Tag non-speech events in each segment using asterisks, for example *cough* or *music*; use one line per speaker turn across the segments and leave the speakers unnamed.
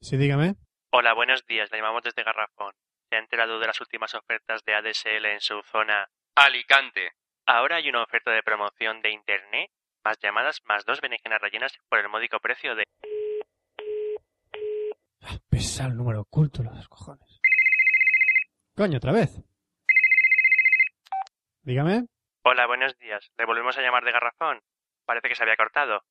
Sí, dígame.
Hola, buenos días. La llamamos desde Garrafón. ¿Se ha enterado de las últimas ofertas de ADSL en su zona?
Alicante.
Ahora hay una oferta de promoción de Internet, más llamadas, más dos berenjenas rellenas por el módico precio de...
Ah, Pesa el número oculto, los dos cojones. Coño, otra vez. Dígame.
Hola, buenos días. Le volvemos a llamar de Garrafón. Parece que se había cortado.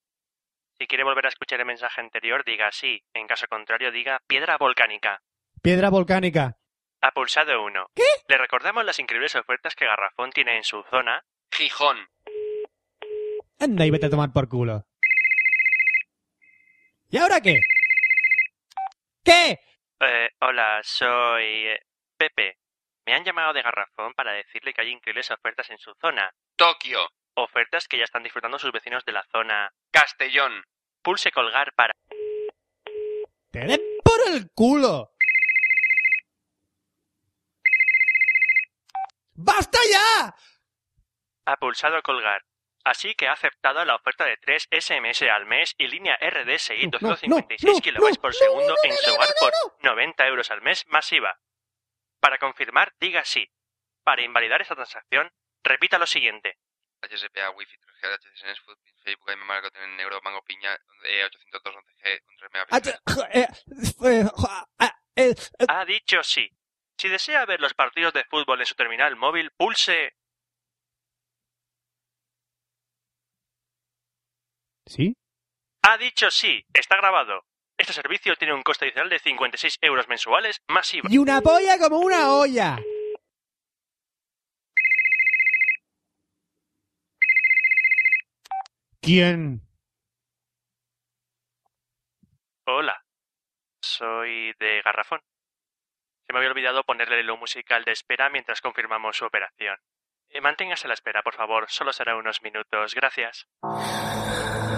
Si quiere volver a escuchar el mensaje anterior, diga sí. En caso contrario, diga piedra volcánica.
Piedra volcánica.
Ha pulsado uno. ¿Qué? Le recordamos las increíbles ofertas que Garrafón tiene en su zona.
Gijón.
Anda y vete a tomar por culo. ¿Y ahora qué? ¿Qué?
Eh, hola, soy... eh, Pepe. Me han llamado de Garrafón para decirle que hay increíbles ofertas en su zona.
Tokio.
Ofertas que ya están disfrutando sus vecinos de la zona.
Castellón.
Pulse colgar para...
¡Te den por el culo! ¡Basta ya!
Ha pulsado colgar. Así que ha aceptado la oferta de 3 SMS al mes y línea RDSI
No, no,
256
no, no,
kilobytes
no,
por segundo
no, no,
en
no,
su
no,
hogar
no,
por 90 euros al mes masiva. Para confirmar, diga sí. Para invalidar esta transacción, repita lo siguiente.
HSPA, Wi-Fi, 3G, HCNS, Footprint, Facebook, IMM, Marco, en negro, Mango, Piña, eh, 802, 11G, con 3
Ah,
megabits.
eh, eh, ah, eh, eh,
Ha dicho sí. Si desea ver los partidos de fútbol en su terminal móvil, pulse.
¿Sí?
Ha dicho sí. Está grabado. Este servicio tiene un coste adicional de 56 euros mensuales masiva.
Y una polla como una olla. ¿Quién?
Hola, soy de Garrafón. Se me había olvidado ponerle lo musical de espera mientras confirmamos su operación. Eh, manténgase a la espera, por favor, solo será unos minutos, gracias.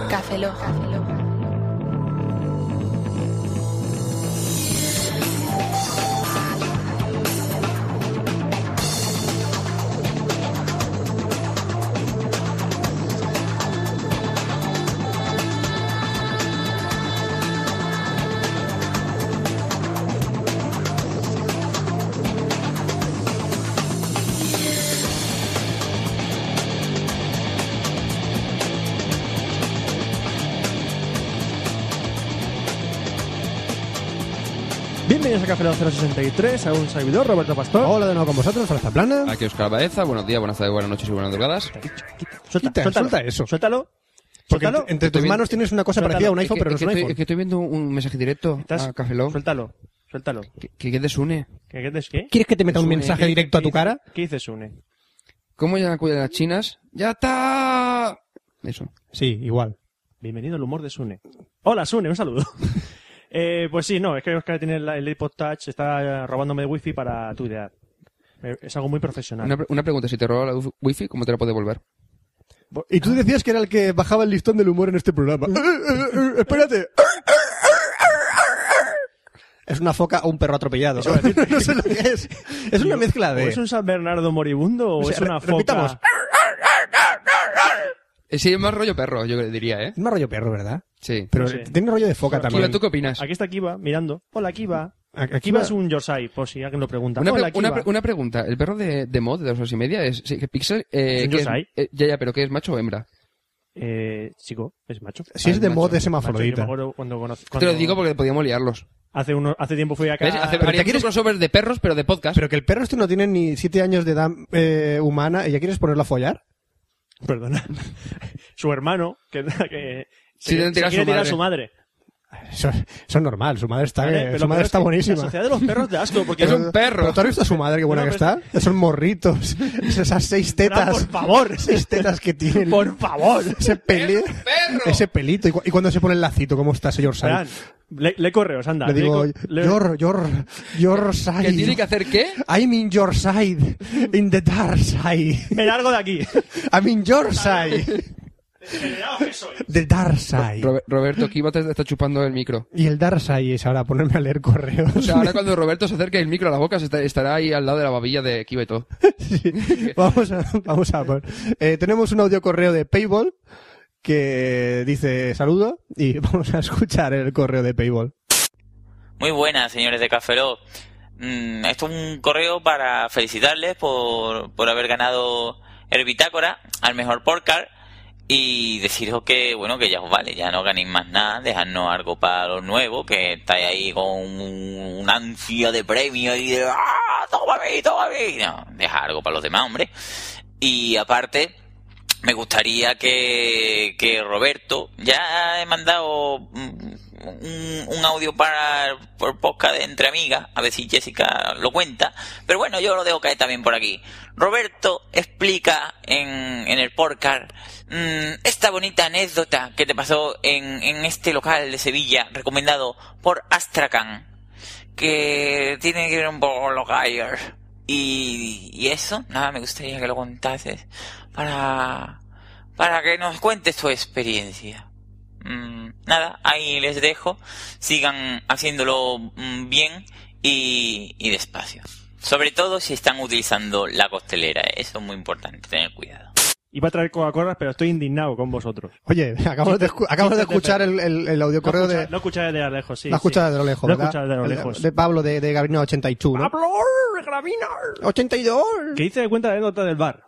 Café Lock.
Bienvenidos a Café Lock 063, a un servidor, Roberto Pastor. Hola de nuevo con vosotros, Franza Plana.
Aquí Oscar Baeza, buenos días, buenas tardes, buenas noches y buenas madrugadas.
Suelta, suelta eso. Suéltalo.
Porque
Suéltalo.
entre, entre tus
Estoy
manos tienes una cosa parecida a un
Es que-
iPhone, pero no
es que
es un
estoy-
iPhone.
es que estoy viendo un mensaje directo
¿Estás?
a Café Lock.
Suéltalo, suéltalo.
¿Qué, qué desune?
¿Qué, qué, des- qué?
¿Quieres que te meta un
Sube,
mensaje directo a tu cara?
¿Qué dices, Une?
¿Cómo ya acude las chinas? ¡Ya está! Eso.
Sí, igual.
Bienvenido al humor de Sune. Hola, Sune, un saludo. *laughs* Eh, pues sí, no, es que Oscar tiene la- el iPod Touch, está robándome el wifi para tu idea. Eh, Es algo muy profesional.
Una, pre- una pregunta, si te roba la wi- wifi, ¿cómo te la puedes devolver?
Y tú decías que era el que bajaba el listón del humor en este *laughs* programa. Espérate. Es una foca o un perro atropellado. *laughs* no sé lo que es. Es una mezcla
¿O
de...
es un San Bernardo moribundo o,
O sea,
es una
re- repitamos.
foca?
Eh, sí, es más rollo perro, yo diría, ¿eh?
Es más rollo perro, ¿verdad?
Sí.
Pero
No sé.
tiene rollo de foca
Kilo,
también.
¿tú qué opinas?
Aquí está Kiva, mirando. Hola, Kiva.
Aquí
Kiva
va
es un Yorsai, por si alguien lo pregunta.
Una, pre-
Hola,
una
Kiva.
pre- una pregunta, ¿el perro de, de mod de las horas y media es sí, que Pixel? Eh,
Es un
¿qué es-
yosai.
eh, ya, ya, pero ¿qué es macho o hembra?
Eh, chico, es macho.
Si es de
Ay,
mod
macho,
Macho,
es
yo me
hermafrodita.
acuerdo cuando conocí...
Te
cuando-
lo digo porque podíamos liarlos.
Hace, uno, hace tiempo fui acá...
¿Ves? Hace,
Pero te
haríamos
quieres-
un crossover de perros, pero de podcast.
Pero que el perro este no tiene ni siete años de edad eh, humana y ya quieres ponerlo a follar.
*laughs* Perdona. *laughs* Su hermano, que, que
Sí,
se,
tiran
se
a su
quiere tirar a
madre.
su madre.
Eso, eso es normal. Su madre está,
Vale,
eh,
pero
su
lo peor
madre
es
está
que La
buenísima.
sociedad de los perros de
*laughs*
asco, porque
Es un perro.
Pero tú has visto a su madre, qué
No,
buena que
pero
está. Son morritos. Es Esas seis tetas.
por favor.
Seis tetas que tiene.
Por favor.
Ese peli- Ese pelito. ¿Y, cu- y cuando se pone el lacito? ¿Cómo está, señor
Fran,
Sai?
le, le correos, anda.
Le digo,
co- le-
Yor, Yor, Yor Sai.
¿Que tiene que hacer qué?
I'm in your side. In the dark side.
*laughs* me largo de aquí. *laughs*
I'm in your side. The dark side.
Robe- Roberto Kiva te está chupando el micro.
Y el dark side es ahora ponerme a leer correos.
O sea,
*laughs*
ahora cuando Roberto se acerque el micro a la boca, se está- estará ahí al lado de la babilla de Kiva y todo.
Vamos a, vamos a por. Eh, tenemos un audio correo de Payball *laughs* que dice saludo y vamos a escuchar el correo de Payball.
Muy buenas, señores de Cafeló. Mm, esto es un correo para felicitarles por, por haber ganado el Bitácora al mejor podcast y deciros que, bueno, que ya os vale, ya no ganéis más nada, dejadnos algo para los nuevos, que estáis ahí con un- una ansia de premio y de ¡Ah, tómame, tómame! No, dejad algo para los demás, hombre. Y aparte, me gustaría que, que Roberto, ya he mandado mm, un, un audio para por podcast de entre amigas, a ver si Jessica lo cuenta, pero bueno, yo lo dejo caer también por aquí. Roberto explica en, en el podcast mm, esta bonita anécdota que te pasó en, en este local de Sevilla, recomendado por Astracan que tiene que ver un poco con los gallos. Y, y eso, nada, me gustaría que lo contases para, para que nos cuentes tu experiencia. Mm, nada, ahí les dejo. Sigan haciéndolo mm, bien y, y despacio. Sobre todo si están utilizando la costelera, eso es muy importante, tener cuidado.
Iba a traer Coca-Cola, pero estoy indignado con vosotros.
Oye, acabamos de, escu- acabamos de escuchar el, el, el audio correo
lo
de...
escucha- lo escucha desde a lejos, sí.
la
sí.
escuchas de lo lejos,
Lo he
¿verdad?
escuchado de lo
El-
lejos. Ah,
De Pablo de, de Gabina 81. ¿no?
¡Pablo, Gravinar!
82.
Que hice de cuenta la anécdota del bar.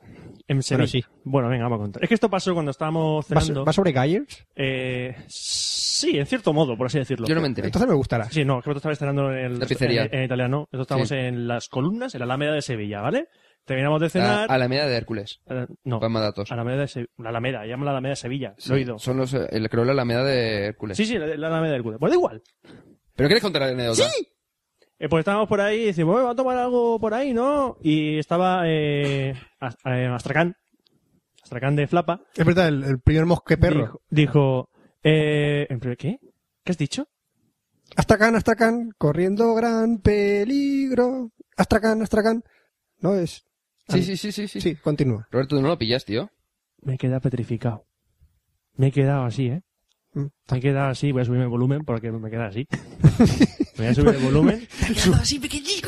En Sevilla.
sí.
Bueno, venga, vamos a contar. Es que esto pasó cuando estábamos
¿Va,
cenando.
va sobre Gallers?
Eh, sí, en cierto modo, por así decirlo.
Yo no me enteré.
Entonces me gustará.
Sí, no, que vosotros estabais cenando en, el-
La pizzería.
en- en italiano. Nosotros estábamos
Sí.
en las columnas, en la Alameda de Sevilla, ¿vale? Terminamos de
A,
cenar.
a la media de Hércules.
eh, no,
Para más datos.
Alameda de Sevilla. La Alameda, llama la Alameda de Sevilla.
Sí,
lo he oído.
Son los, eh, el, creo la Alameda de Hércules.
Sí, sí, la, la Alameda del Cude. Pues da igual.
¿Pero quieres contar la anécdota?
Eh, pues estábamos por ahí y decimos, "Eh, vamos a tomar algo por ahí, ¿no? Y estaba eh, As- eh, Astracán. Astracán de Flapa.
Es verdad, el, el primer mosqueperro.
Dijo, dijo, eh, en primer- ¿qué? ¿Qué has dicho?
Astracan, Astracan, corriendo gran peligro. Astracan, Astracan. No es.
Sí, sí, sí, sí, sí.
Sí, continúa.
Roberto, tú no lo pillas, tío.
Me he quedado petrificado. Me he quedado así, ¿eh?
Mm.
Me he quedado así, voy a subirme el volumen porque me he quedado
*laughs*
así. voy a subir el volumen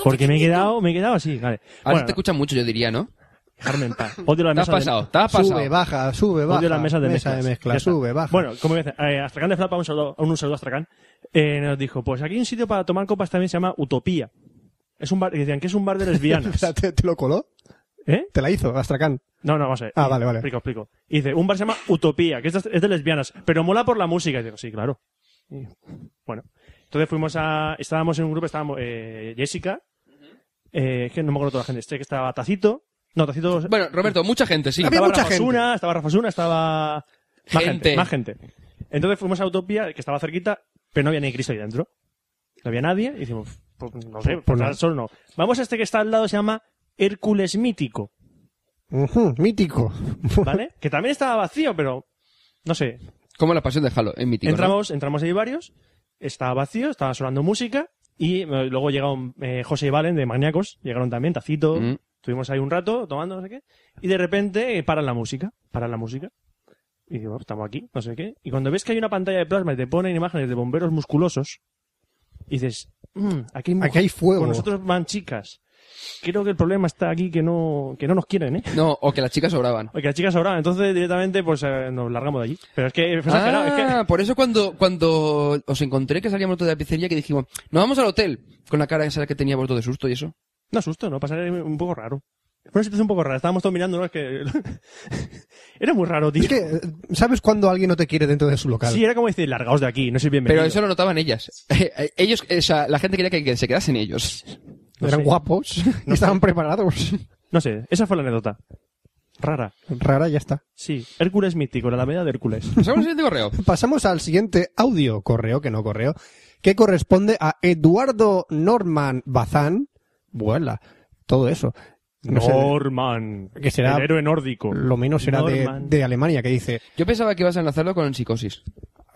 porque me he quedado, me he quedado así, vale.
Ahora
Bueno,
se te escucha mucho, yo diría, ¿no?
dejarme en paz. Odio las
Te has
mesas de,
pasado, te has pasado.
Sube, baja, sube, baja.
odio las mesas de mezclas.
de mezcla,
Ya está.
sube, baja.
Bueno, como dice, eh, Astracán de Flapa, un saludo, un saludo a Astracán, eh, nos dijo, pues aquí hay un sitio para tomar copas también se llama Utopía. Es un bar, y decían que es un bar de
*laughs*
lesbianas.
¿Te, te lo coló?
¿Eh?
Te la hizo, Astracan.
No, no, vamos a ver.
Ah, vale, vale.
Explico, explico. Y dice, un bar se llama Utopía, que es de, es de lesbianas, pero mola por la música. Y digo, sí, claro. Y, bueno. Entonces fuimos a... Estábamos en un grupo, estábamos eh, Jessica, eh, que no me acuerdo toda la gente, este que estaba Tacito. No, Tacito...
Bueno, Roberto, mucha gente, sí.
Había
estaba
mucha
Rafa
gente.
Osuna, estaba Rafa Osuna, estaba... Más gente.
Gente.
Más gente. Entonces fuimos a Utopía, que estaba cerquita, pero no había ni Cristo ahí dentro. No había nadie. Y dijimos, pues, no sé,
Pues
pues
no.
nada, solo no. Vamos a este que está al lado, se llama Hércules Mítico.
*laughs* Ujú, mítico.
¿vale? que también estaba vacío, pero no sé.
Como la pasión de Halo, en mítico. ¿no?
entramos, entramos ahí varios, estaba vacío, estaba sonando música y eh, luego llegaron eh, José y Valen de Maníacos, llegaron también, Tacito,
Mm.
estuvimos ahí un rato tomando no sé qué y de repente eh, paran la música, paran la música. Y digo, estamos aquí, no sé qué. Y cuando ves que hay una pantalla de plasma y te ponen imágenes de bomberos musculosos, y dices, "Mm, aquí hay, mujer-
Aquí hay fuego.
con nosotros van chicas. Creo que el problema está aquí que no, que no nos quieren, ¿eh?
No, o que las chicas sobraban.
Oye, que las chicas ahora, entonces directamente pues eh, nos largamos de allí. Pero es que, Pues es exagerado, es
Ah,
que
por eso cuando, cuando os encontré que salíamos todos de la pizzería que dijimos, nos vamos al hotel, con la cara esa que tenía vosotros de susto y eso.
no asusto, ¿no? Pasar un poco raro. Fue una situación un poco rara, estábamos todos mirando, ¿no? Es que... *laughs* era muy raro, tío.
Es que, eh, ¿sabes cuando alguien no te quiere dentro de su local?
Sí, era como decir, largaos de aquí, no sois bienvenido.
Pero eso lo notaban ellas. *laughs* Eh, ellos, o sea, la gente quería que, que se quedasen ellos.
no
Eran
sé.
guapos. No
*laughs*
estaban preparados.
No sé, esa fue la anécdota. Rara.
Rara, ya está.
Sí, Hércules mítico, la alameda de Hércules.
Pasamos al siguiente correo.
Pasamos al siguiente audio, correo, que no correo, que corresponde a Eduardo Norman Bazán. Vuela, todo eso. No sé,
Norman.
Que será-
El héroe nórdico.
lo menos era de,
Norman.
de Alemania, que dice...
Yo pensaba que ibas a enlazarlo con psicosis.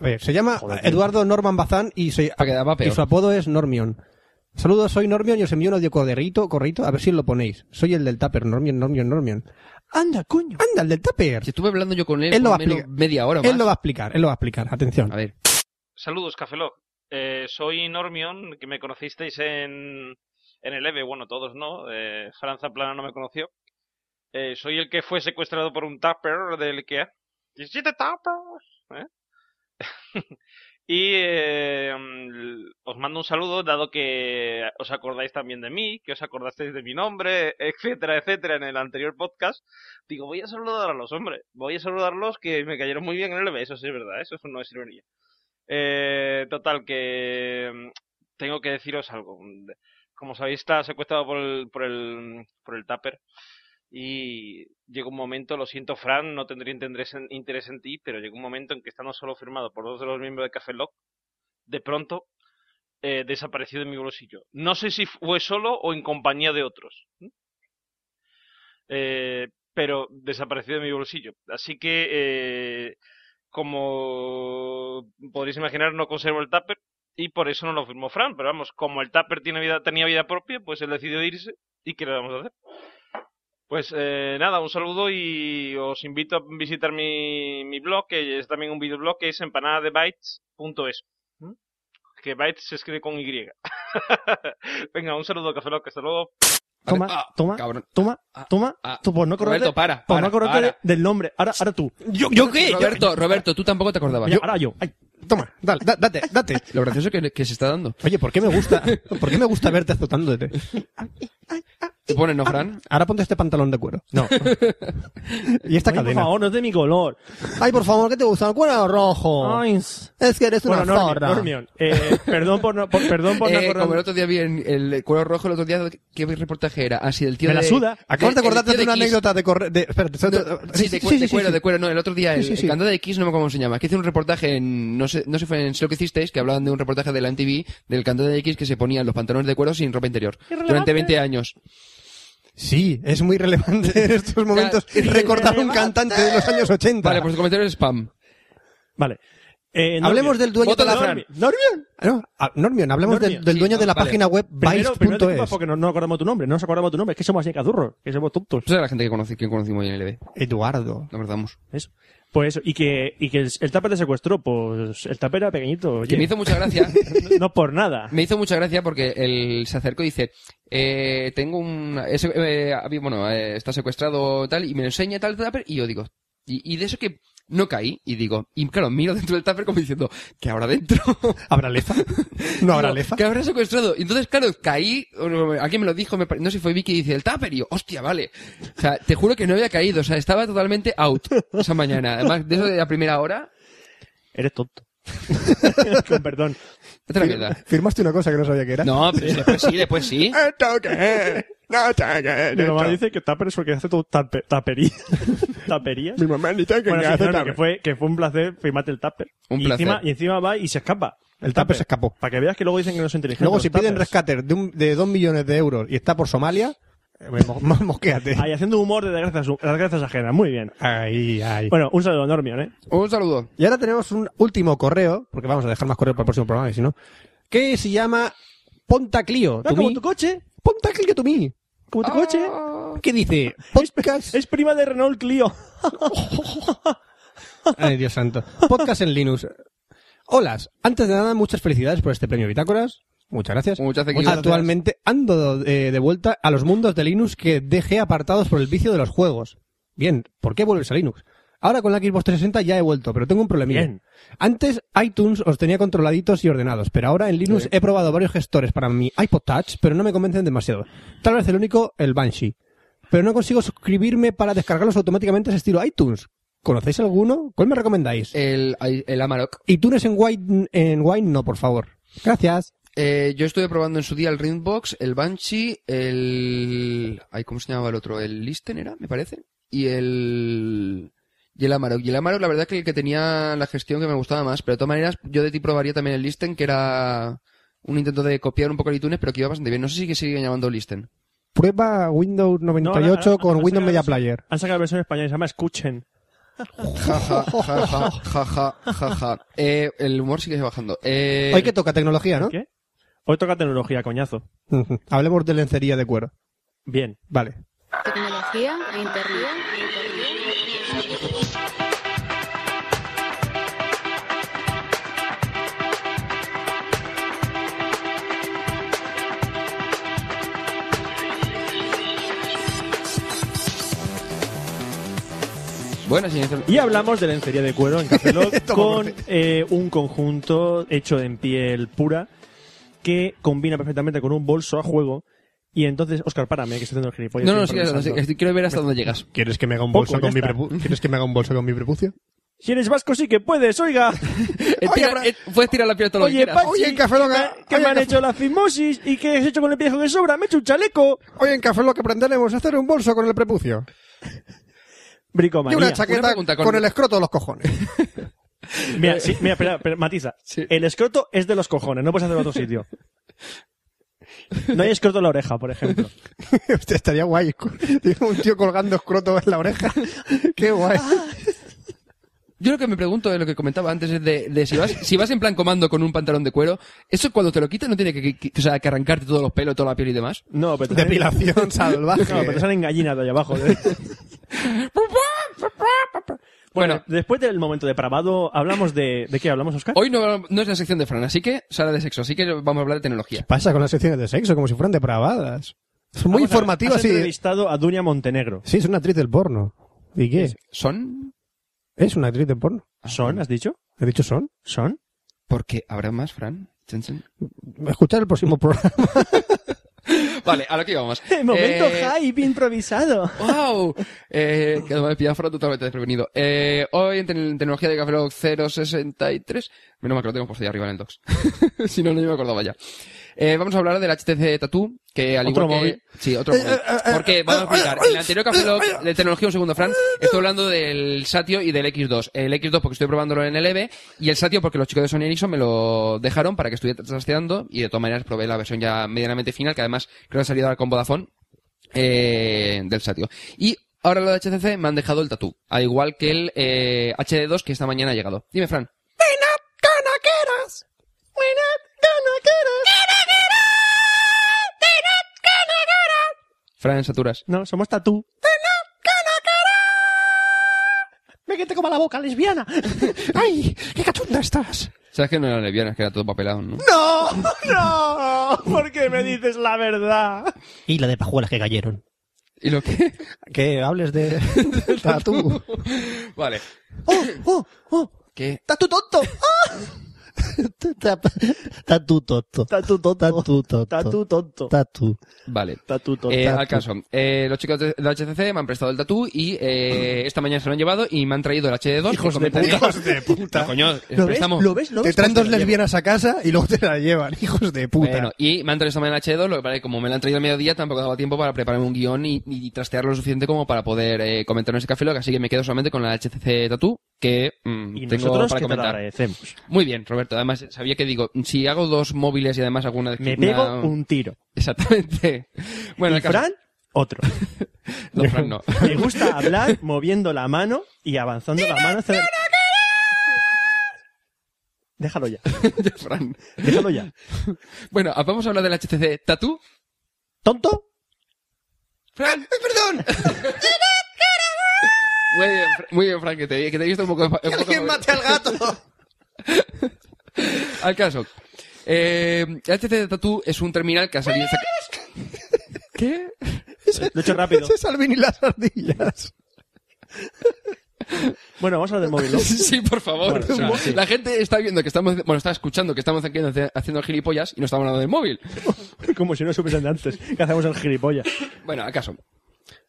A ver, se llama
Joder, tío.
Eduardo Norman Bazán y, se-
Para que daba
y
peor.
su apodo es Normion. Saludos, soy Normion y os envío un audio corderito, corrito, a ver si lo ponéis. Soy el del Tupper, Normion, Normion, Normion.
Anda, coño.
Anda, el del Tupper.
Si estuve hablando yo con él,
Él
por
lo va a
menos
explicar.
media hora o más.
Él lo va a explicar, él lo va a explicar. Atención.
A ver.
Saludos, Cafelog. Eh, soy Normion, que me conocisteis en, en el EVE, bueno, todos no, eh, Franza Plana no me conoció. Eh, soy el que fue secuestrado por un tupper del IKEA. ¡17 tuppers! ¿eh? y eh, mm, os
mando un saludo, dado que os acordáis también de mí, que os acordasteis de mi nombre, etcétera, etcétera, en el anterior podcast. Digo, voy a saludar a los hombres, voy a saludarlos que me cayeron muy bien en el EVE, eso sí es verdad, eso no es ironía. Eh, total, que mm, tengo que deciros algo. Como sabéis, está secuestrado por el, por el, por el Tupper. Y llega un momento, lo siento, Fran, no tendría interés en, interés en ti, pero llega un momento en que estando solo firmado por dos de los miembros de Café Lock, de pronto eh, desapareció de mi bolsillo. No sé si fue solo o en compañía de otros. ¿m? Eh, pero desapareció de mi bolsillo. Así que, eh, como podréis imaginar, no conservo el tupper y por eso no lo firmó Fran. Pero vamos, como el tupper tiene vida, tenía vida propia, pues él decidió irse y ¿qué le vamos a hacer? Pues eh, nada, un saludo y os invito a visitar mi, mi blog, que es también un videoblog, que es empanadadebytes.es.
¿Mm?
¿m? Que bytes se escribe con Y. Venga, un saludo, Café Lock, hasta luego.
Toma,
Ah,
toma,
Cabrón.
toma,
Ah,
toma.
ah.
tú por no correr
Roberto, para. para,
por pues no acordarte
para.
del nombre. Ahora, ahora tú.
¿Yo, qué? Roberto, Roberto, tú tampoco te acordabas. eh,
Ya, ahora yo. Ay,
Toma, dale, da- date, date.
Lo gracioso que, que se está dando.
Oye, ¿por qué me gusta, ¿por qué me gusta verte azotándote?
Te pones, ¿no, Fran?
Ahora ponte este pantalón de cuero. No. y esta
ay, por
cadena.
favor, no es de mi color.
Ay, por favor, ¿qué te gusta? ¿El cuero o rojo?
Ay,
Es que eres una
Oh. bueno, Normion,
zorra.
Normion, eh, perdón por no, por- perdón por
*laughs* Eh,
no
como el
acordarme.
otro día vi en el cuero rojo, el otro día, ¿qué reportaje era? Así, del tío
Me la
de-
suda.
Acabas de
Eh, el
acordarte
tío
de una
Kiss.
anécdota de correr. De... Espérate,
No,
espérate.
sí, de, cu- de cuero,
sí.
de cuero, no, el otro día el,
Sí, sí,
el
sí.
candado de X, no me acuerdo cómo se llama, que hice un reportaje en, no sé, no sé fue en Sé lo que hicisteis, que hablaban de un reportaje de la MTV del candado de X que se ponían los pantalones de cuero sin ropa interior. Durante 20 años.
Sí, es muy relevante en estos momentos
Claro.
recortar un cantante de los años 80.
Vale, pues tu comentario es spam.
Vale. Eh,
Hablemos del dueño de la Ah,
Normion. Normion.
No, a- Normion, hablemos
Normion,
del, del
sí,
dueño de la
vale.
página web
Primero, primero te culpas
vice.es.
porque no, no acordamos tu nombre. No nos acordamos tu nombre. Es que somos así cazurros. Que somos tontos.
Pues era la gente que conocí, que conocí muy bien E en LB.
Eduardo.
La acordamos.
Eso. Pues eso. Y que, y que el, el tupper te secuestró. Pues el tupper era pequeñito. oye.
Que me hizo mucha gracia. *laughs*
No por nada.
Me hizo mucha gracia porque él se acercó y dice, eh, tengo un... es- eh, había- bueno, eh, está secuestrado tal, y me lo enseña tal, tupper, y yo digo, y, y de eso que no caí, y digo, y claro, miro dentro del tupper como diciendo, ¿qué habrá dentro?
¿Habrá lefa? *laughs* No habrá lefa.
que habrá secuestrado. Y entonces, claro, caí, o- alguien me lo dijo, me pare- no sé si fue Vicky, dice, el tupper, y yo, hostia, vale. O sea, te juro que no había caído, o sea, estaba totalmente out esa mañana. Además, de eso de la primera hora,
Eres tonto. *laughs* Con perdón.
esta es la verdad.
Firmaste una cosa que no sabía que era.
No, pero después sí, después sí.
¿Esto qué es? No sé qué es
Mi mamá
esto.
dice que tupper es porque hace todo tape-
*laughs*
tapería. taperías.
Mi mamá dice que
Bueno, sí,
hace
no, no, que
tupper.
fue, que fue un placer firmarte el tupper.
Un
y,
placer.
Encima, y encima va y se escapa.
El tupper se escapó.
Para que veas que luego dicen que no son inteligentes.
Luego,
los
si piden
tuppers.
rescate de, un- de 2 millones de euros y está por Somalia, eh, *laughs* mo- mo- mosquéate.
Ahí, haciendo humor de desgracias, desgracias ajenas. Muy bien.
Ay, ay.
Bueno, un saludo, Normion, ¿eh?
Un saludo.
Y ahora tenemos un último correo, porque vamos a dejar más correo para el próximo programa, que si no, que se llama Pontaclio. Ah.
Ah, como tu coche.
Pontaclio to me.
Como tu coche.
¿Qué dice? Podcast.
Es prima de Renault Clio.
*laughs* Ay, Dios santo. Podcast en Linux. Holas. Antes de nada, muchas felicidades por este premio Bitácoras. Muchas gracias.
Muchas gracias.
Actualmente ando eh, de vuelta a los mundos de Linux que dejé apartados por el vicio de los juegos. Bien, ¿por qué vuelves a Linux? Ahora con la Xbox 360 ya he vuelto, pero tengo un problemilla.
Bien.
Antes iTunes os tenía controladitos y ordenados, pero ahora en Linux he probado varios gestores para mi iPod Touch, pero no me convencen demasiado. Tal vez el único, el Banshee. Pero no consigo suscribirme para descargarlos automáticamente a ese estilo iTunes. ¿Conocéis alguno? ¿Cuál me recomendáis?
El, el Amarok.
iTunes en Wine, en Wine no, por favor. Gracias.
Eh, yo estuve probando en su día el Ringbox, el Banshee, el... Ay, ¿Cómo se llamaba el otro? El Listen era, me parece. Y el... Y el Amarok. Y el Amarok, la verdad que el que tenía la gestión que me gustaba más. Pero de todas maneras, yo de ti probaría también el Listen, que era un intento de copiar un poco el iTunes, pero que iba bastante bien. No sé si que siguen llamando Listen.
Prueba Windows 98
No, no, no, no,
con Windows
no,
Media
no,
Player.
Han sacado la versión española y se llama Escuchen.
Ja, ja, ja, ja, ja, ja, ja, ja. Eh, el humor sigue bajando. Eh,
Hoy que toca tecnología, ¿Ah, ¿no?
¿Qué? Hoy toca tecnología, coñazo.
Ujú. Hablemos de lencería de cuero.
Bien.
Vale.
Tecnología e internet.
Bueno, señor.
Y hablamos de lencería de cuero en Café Lock
Toma,
con
corte.
eh, un conjunto hecho en piel pura que combina perfectamente con un bolso a juego. Y entonces, Oscar, párame, que estoy haciendo el gilipollas.
No, no,
estoy
sí, no,
improvisando.
sí, sí, quiero ver hasta dónde llegas.
¿Quieres que me haga un
Poco,
bolso
ya
con mi
está.
prepu- ¿Quieres que me haga un bolso con mi prepucio?
Si eres vasco, sí que puedes, oiga.
Eh, tira-
Abra-
eh, puedes tirar la piedra todo lo que
Oye,
quieras.
Pachi,
Oye, Café Loca,
que
oye,
me han
Café-
hecho la fimosis y que has hecho con el viejo que sobra, me he hecho un chaleco.
Hoy en Café lo que aprenderemos es hacer un bolso con el prepucio. Y
Bricomanía.
una chaqueta
Una pregunta,
con...
con-
el escroto de los cojones. *laughs*
Mira, sí, mira, espera, espera, matiza.
Sí.
El escroto es de los cojones, no puedes hacerlo a otro sitio. No hay escroto en la oreja, por ejemplo.
Hostia, estaría guay. Digo, un tío colgando escroto en la oreja. Qué guay.
Yo lo que me pregunto de lo que comentaba antes es de, de si vas si vas en plan comando con un pantalón de cuero, eso cuando te lo quitas no tiene que, que- que- o sea, que arrancarte todos los pelos, toda la piel y demás.
No, pero te
*laughs* *laughs*
salen-
Depilación
No,
salvaje.
pero te salen gallinas de allá abajo. ¿eh?
*laughs*
Bueno,
Bueno.
después del momento depravado, hablamos de. ¿De qué hablamos, Oscar?
Hoy no, no es la sección de Fran, así que sala de sexo, así que vamos a hablar de tecnología.
Pasa con las secciones de sexo, como si fueran depravadas. Son muy
Vamos a ver,
informativas
Has
y...
entrevistado a Dunia Montenegro.
Sí, es una actriz del porno. ¿Y qué?
Son
Es una actriz del porno.
¿Son? ¿Has dicho?
¿He dicho son?
¿Son?
porque habrá más, Fran. Chan, chan.
Escuchar el próximo programa.
Vale, a lo que íbamos. Eh,
*laughs*
hype improvisado.
¡Wow! Eh, que me he pillado fuera totalmente desprevenido. Eh, hoy en, te- en tecnología de Café Lock 063. Menos mal que lo tengo puesto ahí arriba en el docs. *laughs* si no, no me acordaba ya. Eh, vamos a hablar del HTC Tattoo, que al
Otro
igual
móvil. Eh,
que... Sí, otro móvil. Porque vamos a explicar. En el anterior Café Lock de tecnología, un segundo,
eh,
Fran, estoy hablando del Satio y del X2. El X2 porque estoy probándolo en el EVE y el Satio porque los chicos de Sony Ericsson me lo dejaron para que estuviera trasteando y de todas maneras probé la versión ya medianamente final, que además creo que ha salido ahora con Vodafone eh, del Satio. Y ahora lo de HCC me han dejado el tatú, al igual que el eh, HD2 que esta mañana ha llegado. Dime, Fran. Fran, saturas.
No, somos tatú.
Me quedé como la boca, lesbiana. ¡Ay! ¡Qué cachunda estás!
Sabes que no era lesbiana, que era todo papelado, ¿no?
¡No! ¡No! ¿Por qué me dices la verdad?
Y la de pajuelas que cayeron.
¿Y
*laughs*
lo que?
Que hables de... *laughs* del tatú.
vale.
¡Oh! ¡Oh! ¡Oh!
¿Qué?
¡Tatú tonto!
Tatu
Tatú tonto.
toto. Tatu toto.
Tatú tonto.
Tatu.
Vale.
Tatú tonto.
Eh, al caso, eh, los chicos de, de HCC me han prestado el tatú y eh, esta mañana se lo han llevado y me han traído el HD2.
Hijos
que
de
comentaría-
¡Hijos de
No,
puta!
coño,
¿Lo ves?
prestamos-
¿Lo ves? ¿Lo
Te
ves?
traen dos
Te la
lesbianas
llevan. a casa y luego te la llevan, hijos de puta.
Bueno, y me han traído esta mañana el HD2, lo que pasa es que como me la han traído al mediodía, tampoco daba tiempo para prepararme un guión y, y trastear lo suficiente como para poder eh, comentar en ese café, Lock, así que me quedo solamente con la HCC Tattoo, que mm,
Y
tengo
nosotros
para
que te lo
comentar.
agradecemos.
Muy bien, Roberto, además sabía que digo, si hago dos móviles y además alguna...
Me
una-
pego un tiro.
Exactamente. Bueno,
y
el caso-
Fran, otro.
No, Fran no.
Me gusta hablar moviendo la mano y avanzando la mano. hacia- Déjalo ya.
Ya, Fran.
Déjalo ya.
Bueno, ah, vamos a hablar del HCC Tattoo.
¿Tonto?
¡Fran! ¡Ay, perdón! *laughs* muy bien, Fra- muy bien, Fran, que te, que te he visto un poco... un poco-
al gato!
*laughs* Al caso. Eh, HC Tattoo es un terminal que ha salido... ¿Qué?
Lo he hecho rápido.
Ese es Alvin y las ardillas.
Bueno, vamos a hablar del móvil. ¿no?
Sí, por favor. O
Bueno,
sea,
sí, sí.
La gente está viendo que estamos... Bueno, está escuchando que estamos aquí haciendo gilipollas y no estamos hablando del móvil.
Como si no supiesen de antes que hacemos el gilipollas.
Bueno, al caso.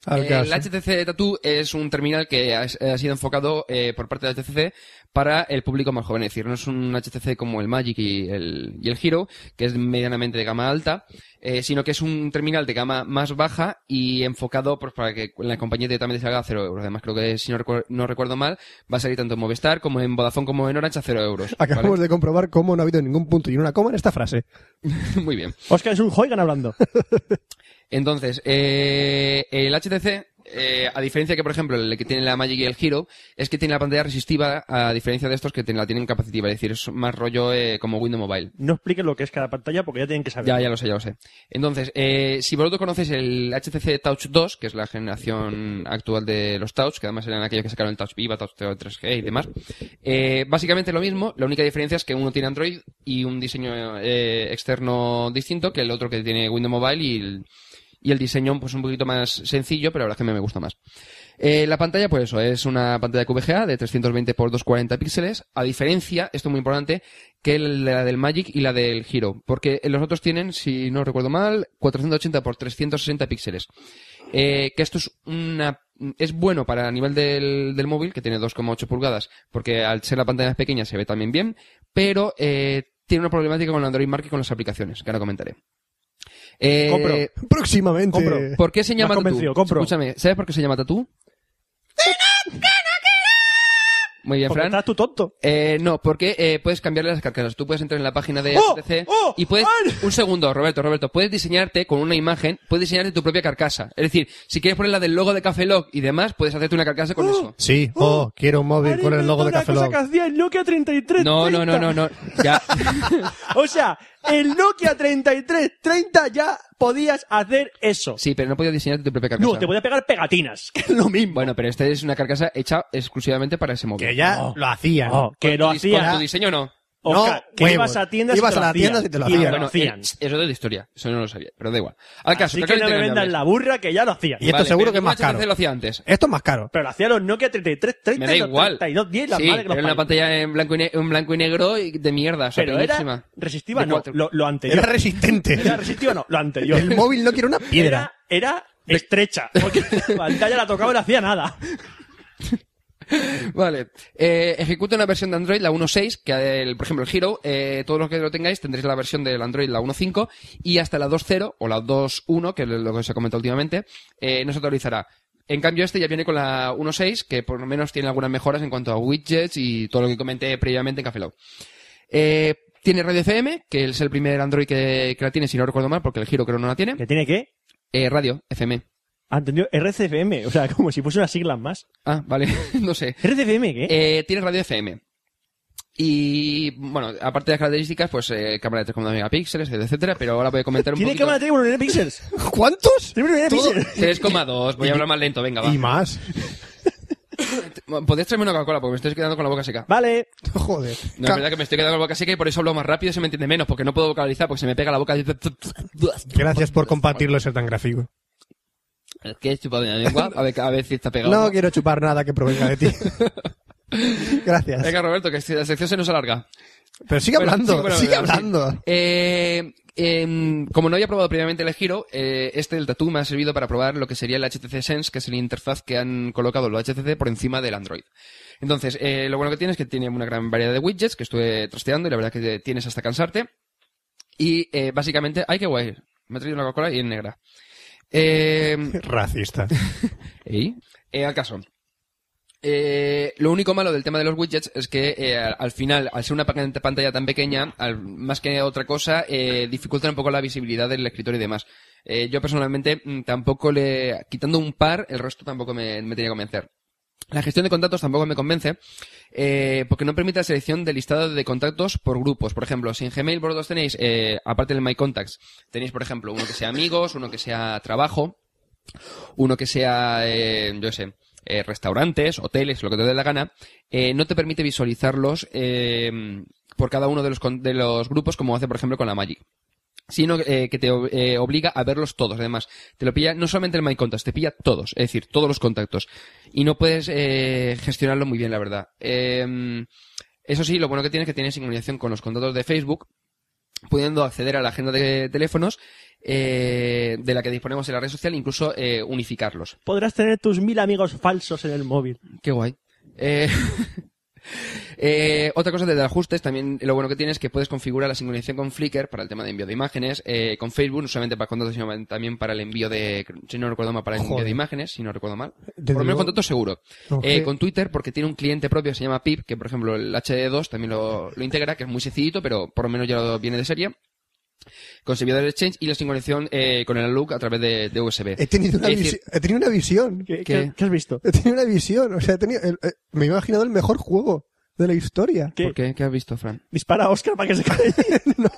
Al
Eh,
caso.
El HTC Tattoo es un terminal que ha, ha sido enfocado eh, por parte de HTC para el público más joven. Es decir, no es un HTC como el Magic y el, y el Hero, que es medianamente de gama alta, eh, sino que es un terminal de gama más baja y enfocado pues, para que la compañía directamente salga a cero euros. Además, creo que si no, recuer- no recuerdo mal, va a salir tanto en Movistar como en Vodafone como en Orange a cero euros. ¿vale?
Acabamos de comprobar cómo no ha habido ningún punto y una coma en esta frase.
*laughs* Muy bien.
Oscar es un Hoigan hablando.
Entonces, eh, el HTC, eh, a diferencia que, por ejemplo, el que tiene la Magic y el Hero, es que tiene la pantalla resistiva, a diferencia de estos que ten- la tienen capacitiva, es decir, es más rollo eh, como Windows Mobile.
No expliques lo que es cada pantalla porque ya tienen que saber.
Ya, ya lo sé, ya lo sé. Entonces, eh, si vosotros conocéis el HTC Touch 2, que es la generación actual de los Touch, que además eran aquellos que sacaron el Touch Viva, Touch 3G y demás, eh, básicamente lo mismo, la única diferencia es que uno tiene Android y un diseño eh, externo distinto que el otro que tiene Windows Mobile y el, y el diseño pues un poquito más sencillo, pero la verdad es que me gusta más. Eh, la pantalla, pues eso, es una pantalla QVGA de 320 x 240 píxeles, a diferencia, esto es muy importante, que la del Magic y la del Hero, porque los otros tienen, si no recuerdo mal, 480 x 360 píxeles. Eh, que esto es una es bueno para a nivel del, del móvil, que tiene 2,8 pulgadas, porque al ser la pantalla más pequeña se ve también bien, pero eh, tiene una problemática con el Android Market y con las aplicaciones, que ahora comentaré. Eh,
Compro.
Próximamente.
Compro.
¿Por qué se
Me
llama
has
Tatú?
convencido, compro.
Escúchame, ¿sabes por qué se llama Tatú? Muy bien,
Porque
Fran.
estás tú tonto.
Eh, no, porque eh, puedes cambiarle las carcasas. Tú puedes entrar en la página de
¡Oh!
HTC
¡Oh!
y puedes...
¡Ay!
Un segundo, Roberto, Roberto. Puedes diseñarte con una imagen, puedes diseñarte tu propia carcasa. Es decir, si quieres poner la del logo de Café Lock y demás, puedes hacerte una carcasa con eso.
Sí, oh, quiero un móvil con el logo de
una
Café
cosa
Lock.
que hacía el Nokia 3330.
No, no, no, no, no. Ya. *laughs*
O sea, el Nokia 3330 ya podías hacer eso.
Sí, pero no podías diseñarte tu propia carcasa.
No, te *laughs* voy a pegar pegatinas. Que
lo mismo. Bueno, pero esta es una carcasa hecha exclusivamente para ese móvil.
Que ya
Oh.
lo hacían.
que lo
Con tu dis- Con
hacían.
tu diseño no. Ah,
Oscar,
No,
que
huevos.
ibas a tiendas
Ibas
y te
a las tiendas y te lo hacían.
Y
Bueno,
lo hacían.
eh, Eso es de historia. Eso no lo sabía, pero da igual. Al caso,
Así que no me vendan la burra que ya lo hacían.
Y esto seguro que es más caro.
lo hacía antes.
Esto es más caro.
Pero lo hacían los Nokia 3330
Me da
y los
igual.
3210, la
sí,
madre que los
era una
parió.
pantalla en blanco y, ne- en blanco y negro y de mierda, o sea,
Pero era
pequeñísima.
resistiva,
De
no,
cuatro-
lo, lo
Era
anterior.
resistente.
Era resistiva, no, lo anterior.
El móvil no quiere una piedra.
Era, era estrecha, porque la pantalla la tocaba y no hacía nada.
Vale. Eh, ejecuta una versión de Android, la 1.6, que el, por ejemplo el Hero, eh, todos los que lo tengáis tendréis la versión del Android, la 1.5, y hasta la 2.0 o la 2.1, que es lo que se ha comentado últimamente, eh, no se autorizará. En cambio este ya viene con la 1.6, que por lo menos tiene algunas mejoras en cuanto a widgets y todo lo que comenté previamente en Café Lock. Eh, tiene Radio FM, que es el primer Android que, que la tiene, si no recuerdo mal, porque el Hero creo no la tiene.
¿Que tiene qué?
Eh, radio, FM.
Ah, entendió, RCFM, o sea, como si fuese unas siglas más.
Ah, vale, *laughs* no sé.
¿RCFM qué?
Eh, tiene radio FM. Y bueno, aparte de las características, pues eh, cámara de 3,2 megapíxeles, etcétera, pero ahora voy a comentar un
¿Tiene
poquito.
cámara de 3,1 píxeles?
¿Cuántos?
3,1 píxeles.
3,2, voy a hablar más lento, venga, va.
Y
*laughs*
más.
Podéis traerme una Coca-Cola porque me estoy quedando con la boca seca.
Vale.
Joder.
No, es verdad que me estoy quedando con la boca seca y por eso hablo más rápido y se me entiende menos, porque no puedo vocalizar porque se me pega la boca.
Gracias por compartirlo y ser tan gráfico.
¿Qué he chupado de la lengua? A ver, a ver si está pegado.
No quiero chupar nada que provenga *laughs* de ti. Gracias.
Venga, Roberto, que si la sección se nos alarga.
Pero sigue
Bueno,
hablando,
sí, bueno,
sigue
venga, sí.
hablando.
Eh, em, como no había probado previamente el giro, eh, este el Tattoo me ha servido para probar lo que sería el HTC Sense, que es el interfaz que han colocado los HTC por encima del Android. Entonces, eh, lo bueno que tiene es que tiene una gran variedad de widgets que estuve trasteando y la verdad que tienes hasta cansarte. Y eh, básicamente, ¡ay, qué guay! Me ha traído una Coca-Cola y en negra. Eh,
Racista.
¿Y? Eh, al caso. Eh, lo único malo del tema de los widgets es que eh, al, al final, al ser una pan- pantalla tan pequeña, al- más que otra cosa, eh, dificulta un poco la visibilidad del escritorio y demás. Eh, yo personalmente mm, tampoco le, quitando un par, el resto tampoco me, me tenía que convencer. La gestión de contactos tampoco me convence, eh, porque no permite la selección del listado de contactos por grupos. Por ejemplo, si en Gmail vosotros tenéis, eh, aparte del My Contacts, tenéis, por ejemplo, uno que sea amigos, uno que sea trabajo, uno que sea, eh, yo qué sé, eh, restaurantes, hoteles, lo que te dé la gana, eh, no te permite visualizarlos eh, por cada uno de los, con- de los grupos, como hace, por ejemplo, con la Magic sino eh, que te ob- eh, obliga a verlos todos. Además, te lo pilla no solamente el My Contacts, te pilla todos, es decir, todos los contactos. Y no puedes eh, gestionarlo muy bien, la verdad. Eh, eso sí, lo bueno que tiene es que tiene sincronización con los contactos de Facebook, pudiendo acceder a la agenda de teléfonos eh, de la que disponemos en la red social, incluso eh, unificarlos.
Podrás tener tus mil amigos falsos en el móvil.
Qué guay. Eh, *laughs* eh, otra cosa desde ajustes, también lo bueno que tiene es que puedes configurar la sincronización con Flickr para el tema de envío de imágenes, eh, con Facebook, no solamente para contactos, sino también para el envío de, si no recuerdo mal, para el envío
Joder.
de imágenes, si no recuerdo mal.
Desde
por lo menos
luego.
contactos seguro.
Ok.
Eh, con Twitter, porque tiene un cliente propio, se llama Pip, que por ejemplo el HD2 también lo, lo integra, que es muy sencillito, pero por lo menos ya lo viene de serie. Con servidor de Exchange y la sincronización eh, con el Outlook a través de, de USB.
He tenido una,
Es decir-
visi- he tenido una visión.
¿Qué,
¿Qué?
qué- qué has visto?
He tenido una visión. O sea, he tenido el- eh, me he imaginado el mejor juego de la historia.
¿Qué?
¿Por qué? ¿Qué has visto, Fran?
Dispara a Oscar para que se calle.
No,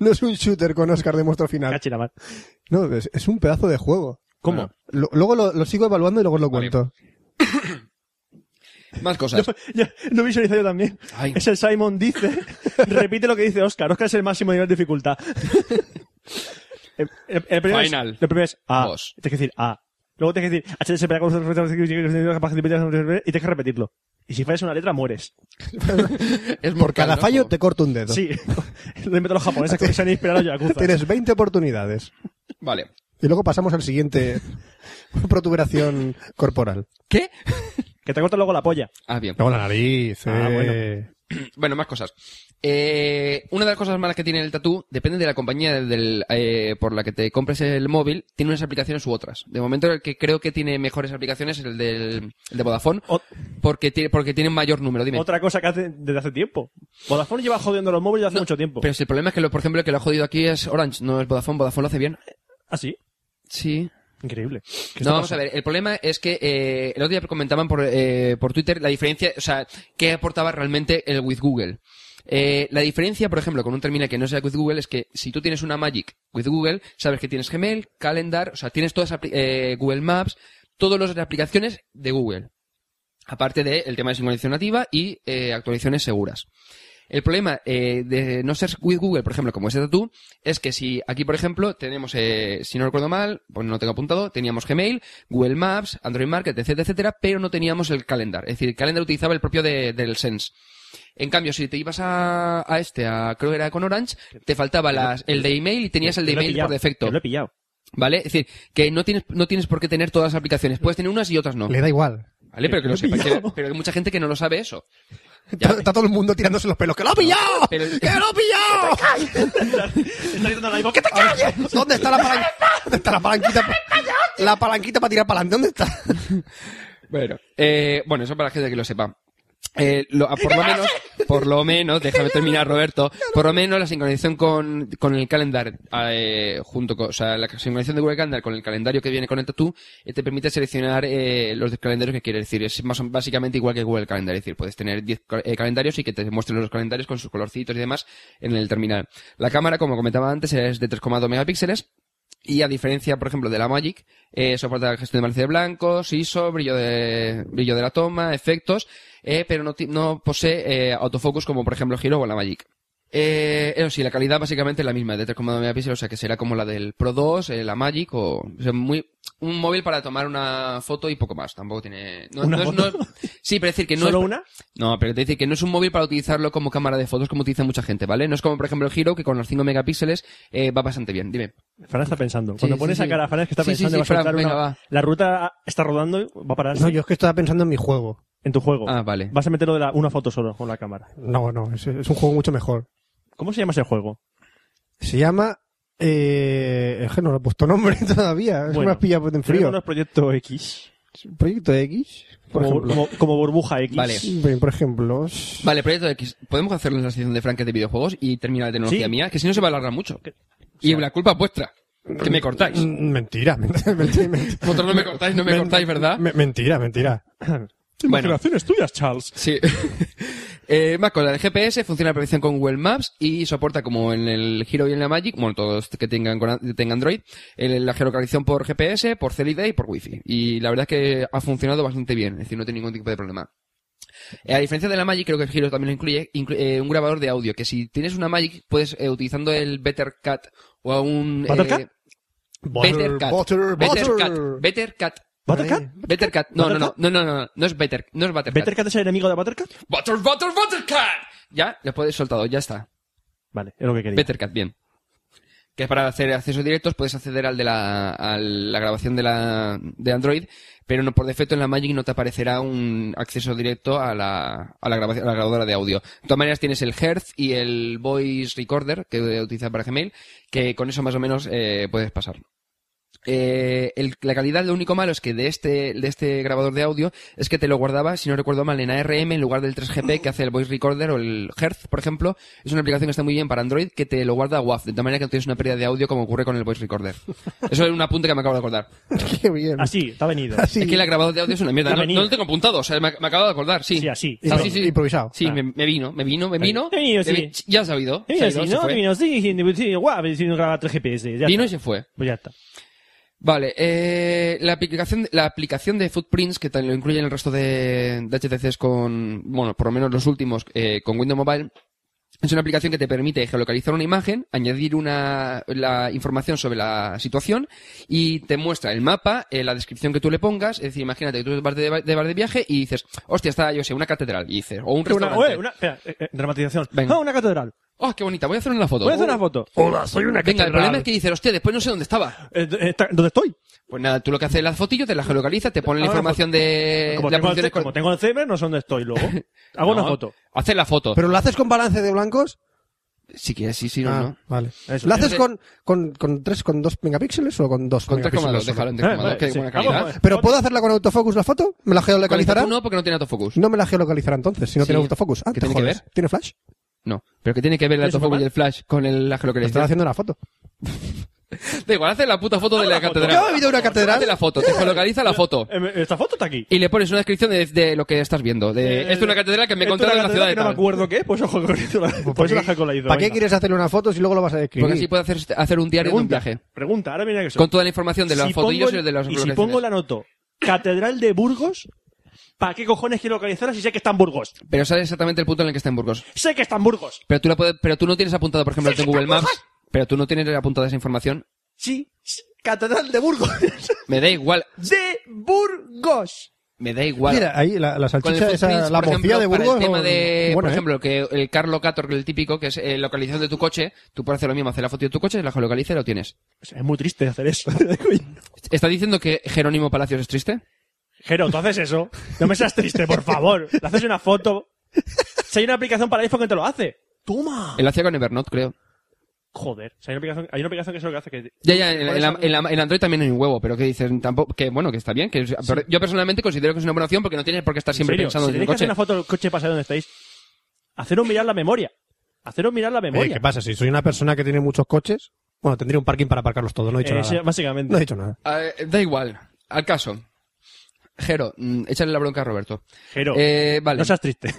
no es un shooter con Oscar de muestro final.
Cachina, mal.
No, es, es un pedazo de juego.
¿Cómo?
Lo- luego lo, lo sigo evaluando y luego os lo
Vale.
cuento.
Más cosas.
Yo, yo lo visualizo yo también.
Ay.
Es el Simon dice. *laughs* repite lo que dice Oscar. Oscar es el máximo nivel de dificultad. *laughs* el, el- el primero es-
Final.
el primero es A.
Boss.
Tienes que decir A. Luego tienes que decir HTTP con los resultados de- y tienes que repetirlo. Y si fallas una letra, mueres.
Es
Por
mortal.
cada
¿no?
fallo
Como-
te corto un dedo.
Sí. *laughs* Lo inventan los japoneses que se
*laughs*
han inspirado en
*laughs*
Yakuza.
Tienes 20 oportunidades.
Vale.
Y luego pasamos al
*laughs*
siguiente protuberación corporal.
¿Qué?
Que te cortan luego la polla.
Ah, bien.
Luego la nariz.
Ah,
eh.
Bueno, más cosas. Eh, una de las cosas malas que tiene el tatú depende de la compañía del, eh, por la que te compres el móvil. Tiene unas aplicaciones u otras. De momento, el que creo que tiene mejores aplicaciones es el, del, el de Vodafone.
O-
Porque tiene, porque tiene un mayor número. Dime.
Otra cosa que hace desde hace tiempo. Vodafone lleva jodiendo los móviles desde hace mucho tiempo.
Pero si el problema es que, lo, por ejemplo, el que lo ha jodido aquí es Orange, no es Vodafone. Vodafone lo hace bien.
Ah, sí.
Sí.
Increíble. ¿Qué está
No, vamos a
pasando?
ver. El problema es que eh, el otro día comentaban por, eh, por Twitter la diferencia, o sea, qué aportaba realmente el with Google. Eh, la diferencia, por ejemplo, con un terminal que no sea with Google es que si tú tienes una Magic with Google, sabes que tienes Gmail, Calendar, o sea, tienes todas apli- eh, Google Maps, todas las aplicaciones de Google. Aparte del tema de sincronización nativa y eh, actualizaciones seguras. El problema eh, de no ser with Google, por ejemplo, como ese Tattoo, es que si aquí, por ejemplo, tenemos, eh, si no recuerdo mal, pues no lo tengo apuntado, teníamos Gmail, Google Maps, Android Market, etcétera, etcétera, pero no teníamos el calendar. Es decir, el calendar utilizaba el propio de- del Sense. En cambio, si te ibas a, a este, a, creo que era con Orange, te faltaba las- el de email y tenías el de
Que lo he
email
pillado,
por defecto.
que Lo he pillado.
¿Vale? Es decir, que no tienes, no tienes por qué tener todas las aplicaciones. Puedes tener unas y otras no.
Le da igual.
¿Vale? Pero que lo
Lo he
sepa. que-
pillado.
pero hay mucha gente que no lo sabe
*laughs*
eso.
Está, está todo el mundo tirándose los pelos. ¡Que lo ha pillado!
Pero el-
¡Que lo ha
*laughs*
pillado!
Está gritando ahora mismo, ¡Que te
Ahora,
calles!
*laughs* ¿Dónde está la palanquita? ¿Dónde está la palanquita? pa- La palanquita para tirar para adelante. ¿Dónde está?
Bueno, eh, bueno, eso para la gente que lo sepa. Eh, lo- por lo menos, por lo menos, déjame terminar, Roberto. Por lo menos la sincronización con, con el calendar, eh, junto con, o sea, la sincronización de Google Calendar con el calendario que viene con el Tattoo, eh, te permite seleccionar eh, los calendarios que quieres decir. Es más, o- básicamente igual que Google Calendar, es decir, puedes tener 10 ca- eh, calendarios y que te muestren los calendarios con sus colorcitos y demás en el terminal. La cámara, como comentaba antes, es de 3,2 megapíxeles, y a diferencia, por ejemplo, de la Magic, eh, soporta la gestión de balance de blancos, ISO, brillo de, brillo de la toma, efectos, eh, pero no, ti- no posee eh, autofocus como, por ejemplo, Hero o la Magic. Eh, eso sí, la calidad básicamente es la misma, de 3,9 megapíxeles, o sea que será como la del Pro 2, eh, la Magic, o, o sea, muy, un móvil para tomar una foto y poco más, tampoco tiene... no-
¿Una
no es-
foto?
no- sí, pero es decir que no
¿Solo
es-
una?
no, pero te dice que no es un móvil para utilizarlo como cámara de fotos como utiliza mucha gente, ¿vale? No es como, por ejemplo, el Hero, que con los 5 megapíxeles eh, va bastante bien. Dime.
Fran está pensando.
Sí,
Cuando
sí,
pones
sí.
a cara a Fran es que está
Sí, sí,
pensando
sí,
va a soltar
Fran, venga,
una-
va.
La ruta está rodando, y va a parar
No, yo es que estaba pensando en mi juego.
en tu juego.
Ah, vale.
Vas a meterlo de la, una foto solo con la cámara.
No, no, es, es un juego mucho mejor.
¿Cómo se llama ese juego?
Se llama... Eh, es que no le he puesto nombre *laughs* todavía. Es
Bueno,
una pilla en
Creo que
frío.
no es Proyecto X.
Proyecto X, por
Como,
ejemplo.
como, como burbuja X.
Vale.
Bien, Por ejemplo.
Vale, Proyecto X. ¿Podemos hacerlo en la sección de franques de videojuegos y terminar la tecnología
Sí.
mía? Que si no se va a alargar mucho. Y la culpa es vuestra. Que me cortáis.
Mm, Mentira, *laughs* mentira,
*laughs*
mentira.
Vosotros no me cortáis,
*laughs*
no me cortáis, ¿verdad?
Me- mentira, mentira.
Bueno,
Imaginaciones tuyas, Charles.
sí. *laughs* eh, más cosas. El GPS funciona a perfección con Google Maps y soporta como en el Hero y en la Magic, bueno, todos que tengan, con- que tengan Android, el- la geolocalización por GPS, por CLID y por Wi-Fi. Y la verdad es que ha funcionado bastante bien. Es decir, no tiene ningún tipo de problema. Eh, A diferencia de la Magic, creo que el Giro también incluye, inclu- eh, un grabador de audio, que si tienes una Magic, puedes, eh, utilizando el Better Cat o a un... eh,
¿Buttercat?
Better Cat.
butter,
Better Cat.
butter.
Better Cat.
¿Buttercat?
Better Cat. No, no, no, no, no, no, no, no es Better, no es Buttercat.
¿Bettercat es el enemigo de Buttercat?
Butter, butter, Buttercat. Ya, lo puedes soltado, ya está.
Vale, es lo que quería.
Bettercat, bien. Que es para hacer accesos directos, puedes acceder al de la, a la grabación de, la, de Android, pero no por defecto en la Magic no te aparecerá un acceso directo a la, a la, grabación, a la grabadora de audio. De todas maneras, tienes el Hertz y el Voice Recorder que utilizas para Gmail, que con eso más o menos eh, puedes pasar. Eh, el- la calidad, lo único malo es que de este, de este grabador de audio es que te lo guardaba, si no recuerdo mal, en ARM en lugar del 3GP que hace el Voice Recorder o el Hertz, por ejemplo. Es una aplicación que está muy bien para Android que te lo guarda WAV, de tal manera que no tienes una pérdida de audio como ocurre con el Voice
*laughs*
Recorder. Eso es un apunte que me acabo de acordar.
*laughs* Qué bien.
Así, está venido.
Así.
Es que el grabador de audio es una mierda.
Ya
No,
venía.
no lo tengo apuntado, o sea, me, me acabo de acordar, sí.
Sí, así.
Ah,
Impro-
sí, sí.
Improvisado.
Sí,
Ah.
me, me vino, me vino, me vino.
Te vino,
me
sí.
vi- ya has sabido.
Eh,
Se ha
sí,
ido, se
¿no?
fue.
Vino, sí, sí, sí, guau, si no graba 3 GPS. Ya
Vino y
está.
se fue.
Pues ya está.
Vale, eh, la aplicación, la aplicación de Footprints, que tal- lo incluyen el resto de, de HTCs con, bueno, por lo menos los últimos, eh, con Windows Mobile, Es una aplicación que te permite geolocalizar una imagen, añadir una, la información sobre la situación y te muestra el mapa, eh, la descripción que tú le pongas. Es decir, imagínate que tú vas de, va- de, vas de viaje y dices, hostia, está, yo sé, una catedral. Y dices, o un
Una,
restaurante.
oye, una, espera, eh, eh, dramatización.
Venga.
Ah, una catedral.
Oh, qué bonita, voy a hacer una foto. Oh, pues,
Voy a hacer una foto. Hola, soy una
Venga, el problema es que dices, hostia, después no sé dónde estaba.
Eh, ¿Dónde estoy?
Pues nada, tú lo que haces es las fotillos, te las geolocalizas, te pones la
Ahora
información de
Ah, pues, Como,
Eh, la
tengo,
posición de-
el, como tengo Alzheimer, no sé dónde
*laughs*
estoy luego. Hago una
No.
foto.
Haces la foto.
¿Pero lo haces con balance de blancos?
Si quieres, sí, sí, no,
Ah,
no.
vale.
Eso.
¿Lo haces con, con, con 3, con 2 megapíxeles o con 2
Con 3,2,
megapíxeles?
déjalo en
Eh,
3,2,
vale,
que
sí.
buena
Hago-
calidad.
¿Pero puedo hacerla con autofocus la foto? ¿Me la geolocalizará?
Con el autofocus No, porque no tiene autofocus.
No me la geolocalizará entonces, si no
Sí.
tiene autofocus. Ah,
¿Qué
te
tiene que
jodes.
ver?
¿Tiene flash?
No. ¿Pero qué tiene que ver el
¿Tienes un
autofocus y
papá?
el flash con el, la
Le estaba
geolocalización?
haciendo la foto.
Da igual, haces la puta foto de la catedral.
Yo he visto una catedral.
Haz de la foto, te geolocaliza
*laughs*
la foto.
Eh, me- Esta foto está aquí.
Y le pones una descripción de, de lo que estás viendo. De,
Eh,
esto es una catedral que me
esto es
encontraron
una
en la ciudad de
catedral que No me
tal.
acuerdo qué, pues ojo con eso. la- Por eso la jaco la hizo.
¿Para qué
venga.
quieres hacerle una foto si luego lo vas a describir?
Porque así puedes hacer, hacer un diario de un
Pregunta,
viaje.
pregunta, ahora viene que
Con toda la información de las
si
fotillos
pongo
y de las
y si pongo la noto, Catedral de Burgos, ¿para qué cojones quiero localizarla si sé que está en Burgos?
Pero sabes exactamente el punto en el que está en Burgos.
Sé que está en Burgos.
Pero tú, la puedes- pero tú no tienes apuntado, por ejemplo, en Google Maps. Pero tú no tienes apuntada esa información.
Sí, sí, Catedral de Burgos. *laughs*
Me da igual.
de Burgos.
Me da igual.
Mira, ahí la, la
Con el
salchicha, esa,
footprints,
la
por ejemplo,
bocilla de
para
Burgos.
el tema
no-
de, por
buena, ¿eh?
ejemplo, que el Carlo Cator, que es el típico, que es eh, localización de tu coche, tú puedes hacer lo mismo, hacer la foto de tu coche, la geolocaliza y lo tienes.
O sea, es muy triste
*laughs*
hacer eso.
¿Está diciendo que Jerónimo Palacios es triste?
Jero, tú haces eso. No me seas triste, por favor. Le haces una foto. Si hay una aplicación para iPhone que te lo hace. Toma.
Él lo hacía con Evernote, creo.
Joder. si hay, una aplicación, hay una aplicación que es lo que hace que...
Ya, ya, en,
Por
en la-
eso-
en la- en Android también hay un huevo, pero que dicen tampoco, que bueno, que está bien, que es- pero yo personalmente considero que es una buena opción porque no tienes por qué estar siempre
serio,
pensando
si
en el
tenéis que hacer
coche.
una foto del coche pasado donde estáis, haceros mirar la memoria. Haceros mirar la
Oye,
memoria.
eh, ¿Qué pasa? Si soy una persona que tiene muchos coches, bueno, tendría un parking para aparcarlos todos, no he dicho
Eh, sí,
nada.
básicamente.
No he dicho nada.
Ah, eh, da igual, al caso. Jero, mm, échale la bronca a Roberto.
Jero,
Eh, vale.
no seas triste.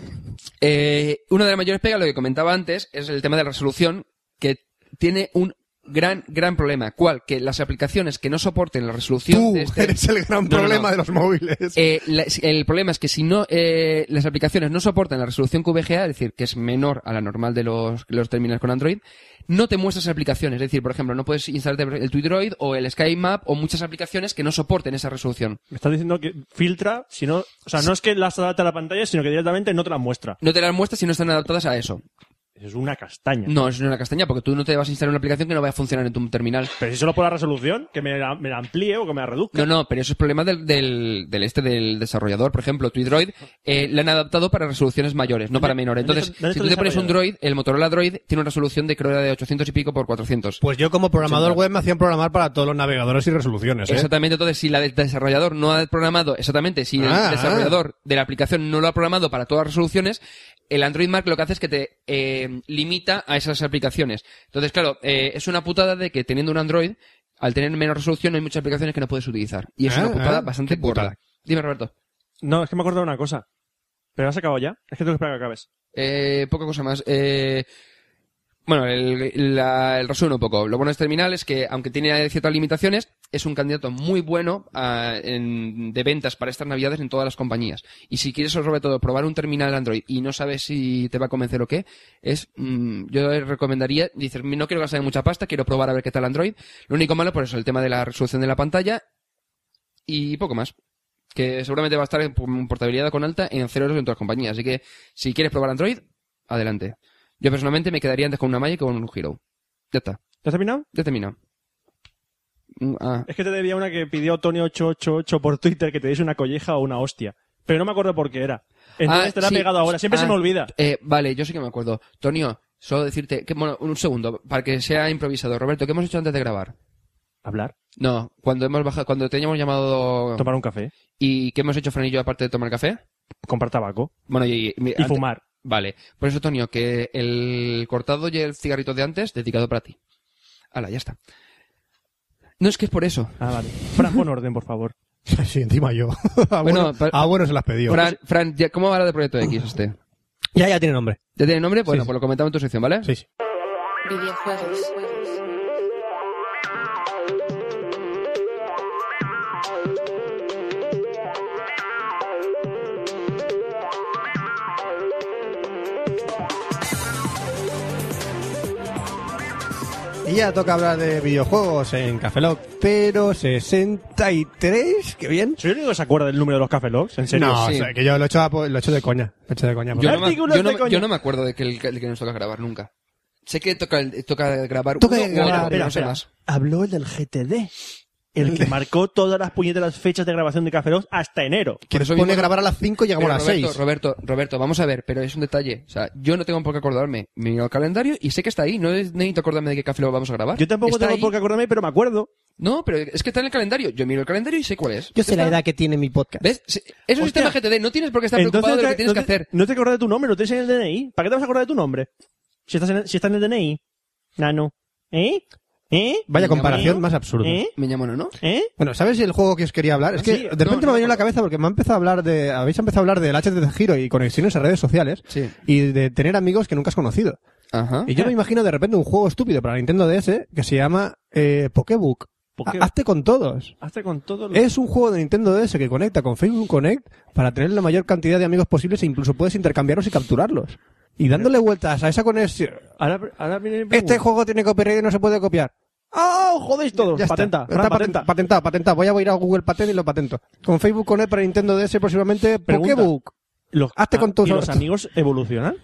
Eh, una de las mayores pegas, lo que comentaba antes, es el tema de la resolución, que tiene un gran, gran problema. ¿Cuál? Que las aplicaciones que no soporten la resolución
Tú
de este-
eres el gran
No, no,
problema
no.
de los móviles.
Eh, la- el problema es que si no eh, las aplicaciones no soportan la resolución QVGA, es decir, que es menor a la normal de los, los terminales con Android, no te muestras aplicaciones. Es decir, por ejemplo, no puedes instalarte el Twidroid o el SkyMap o muchas aplicaciones que no soporten esa resolución.
Me estás diciendo que filtra, si no, o sea, no es que las adapte a la pantalla, sino que directamente no te las muestra.
No te las muestras si no están adaptadas a eso.
Eso es una castaña.
No, eso no es una castaña, porque tú no te vas a instalar una aplicación que no vaya a funcionar en tu terminal.
Pero si solo por la resolución, que me la, me la amplíe o que me la reduzca.
No, no, pero eso es problema del, del, del este del desarrollador. Por ejemplo, tu Droid eh, la han adaptado para resoluciones mayores, no para menores.
dónde
Entonces,
está- dónde
si
está
tú
el
te pones un
desarrollador?
Droid, el Motorola Droid tiene una resolución de creo era de 800 y pico por 400.
Pues yo como programador web me hacían programar para todos los navegadores y resoluciones. ¿eh?
Exactamente, entonces si la del desarrollador no ha programado, exactamente, si
Ah,
el desarrollador de la aplicación no lo ha programado para todas las resoluciones, el Android Mark lo que hace es que te eh, limita a esas aplicaciones. Entonces, claro, eh, es una putada de que teniendo un Android, al tener menos resolución, hay muchas aplicaciones que no puedes utilizar. Y es
Ah,
una putada
ah,
bastante
qué putada.
putada. Dime, Roberto.
No, es que me he acordado de una cosa. ¿Pero has acabado ya? Es que tengo que esperar a que acabes.
Eh, poca cosa más. Eh, bueno, el, la- el resumen un poco. Lo bueno de este terminal es que, aunque tiene ciertas limitaciones, es un candidato muy bueno a- en- de ventas para estas navidades en todas las compañías. Y si quieres, sobre todo, probar un terminal Android y no sabes si te va a convencer o qué, es, mm, yo recomendaría, dices, no quiero gastar mucha pasta, quiero probar a ver qué tal Android. Lo único malo, por eso, el tema de la resolución de la pantalla y poco más. Que seguramente va a estar en pu- portabilidad con alta en cero euros en todas las compañías. Así que si quieres probar Android, adelante. Yo personalmente me quedaría antes con una Maya que con un Hero. Ya está,
¿Te has terminado?
ya termina. Ah,
Es que te debía una que pidió Tony888 por Twitter que te diese una colleja o una hostia. Pero no me acuerdo por qué era. Entonces
Ah,
te la
sí.
he pegado ahora. Siempre
Ah.
se me olvida.
eh, vale, yo sí que me acuerdo. Tonio, solo decirte que, bueno, un segundo, para que sea improvisado. Roberto, ¿qué hemos hecho antes de grabar?
Hablar.
No, cuando hemos bajado, cuando te hayamos llamado
Tomar un café.
y qué hemos hecho Fran y yo aparte de tomar café.
Comprar tabaco.
Bueno, y, mi-
Y
ante-
fumar.
Vale, por eso, Tonio, que el cortado y el cigarrito de antes, dedicado para ti. Hala, ya está. No es que es por eso.
Ah, vale. Fran, pon orden, por favor.
*laughs* Sí, encima yo. Ah,
Bueno,
bueno,
pero-
ah, bueno, se las pedí.
Fran, Fran, ya- ¿cómo va la de Proyecto X este?
Ya, ya tiene nombre.
¿Ya tiene nombre? Bueno,
Sí.
pues lo comentamos en tu sección, ¿vale?
Sí, sí.
videojuegos,
Y ya toca hablar de videojuegos en Café Lock, pero 63, qué bien.
¿Soy el único que se acuerda del número de los Café Logs? ¿En serio?
No,
Sí.
o sea, que yo lo he hecho, a po- lo he hecho de coña. Lo he hecho de coña.
Yo no,
porque-
me,
Artículos
yo no
de
me-
coña.
yo no me acuerdo de que el, el que nos toca grabar nunca. Sé que toca, el- toca grabar
Toca
uno o
grabar,
otro, pero
espera,
no sé
espera.
más.
Habló el del GTD. El que marcó todas las puñeteras fechas de grabación de Café Lock hasta enero.
*laughs* que
por eso
pone
mismo-
grabar a las 5 y llegamos
Pero
a las
Roberto,
6.
Roberto, Roberto, vamos a ver, pero es un detalle. O sea, yo no tengo por qué acordarme. Miro el calendario y sé que está ahí. No es- necesito acordarme de qué café lo vamos a grabar.
Yo tampoco
Está
tengo
ahí.
por qué acordarme, pero me acuerdo.
No, pero es que está en el calendario. Yo miro el calendario y sé cuál es.
Yo sé
Está-
la edad que tiene mi podcast.
¿Ves? Sí, Es un
Hostia.
sistema GTD. No tienes por qué estar preocupado de lo que tienes
no
que
te-
hacer.
No te acuerdas de tu nombre, no tienes en el DNI. ¿Para qué te vas a acordar de tu nombre? Si estás en el, si está en el DNI. Nano. ¿Eh? ¿Eh?
Vaya comparación
¿Eh?
más absurda.
¿Eh?
Me llamo, ¿no?
¿eh?
Bueno, ¿sabes el juego que os quería hablar?
Ah,
Es que
Sí,
de repente me ha venido a la cabeza porque me ha empezado a hablar de. Habéis empezado a hablar del HTTP Giro y conexiones a redes sociales
Sí.
y de tener amigos que nunca has conocido.
Ajá.
Y yo me imagino de repente un juego estúpido para Nintendo DS que se llama eh, Pokébook.
Poké-
Ha- Hazte con todos.
Hazte con todo lo
Es un juego de Nintendo DS que conecta con Facebook Connect para tener la mayor cantidad de amigos posibles e incluso puedes intercambiarlos y capturarlos. Y dándole vueltas a esa conexión.
Ahora, ahora viene mi
Este
pregunta.
juego tiene copyright y no se puede copiar.
¡Ah! jodéis todos!
Ya está.
patenta,
Está
Fran,
paten-
patenta.
patentado, patentado. Voy a ir a Google Patent y lo patento. Con Facebook Connect para Nintendo DS próximamente
Pregunta.
Pokébook. *laughs*
Los,
Hazte con todos
¿Y los
los-
amigos evolucionan?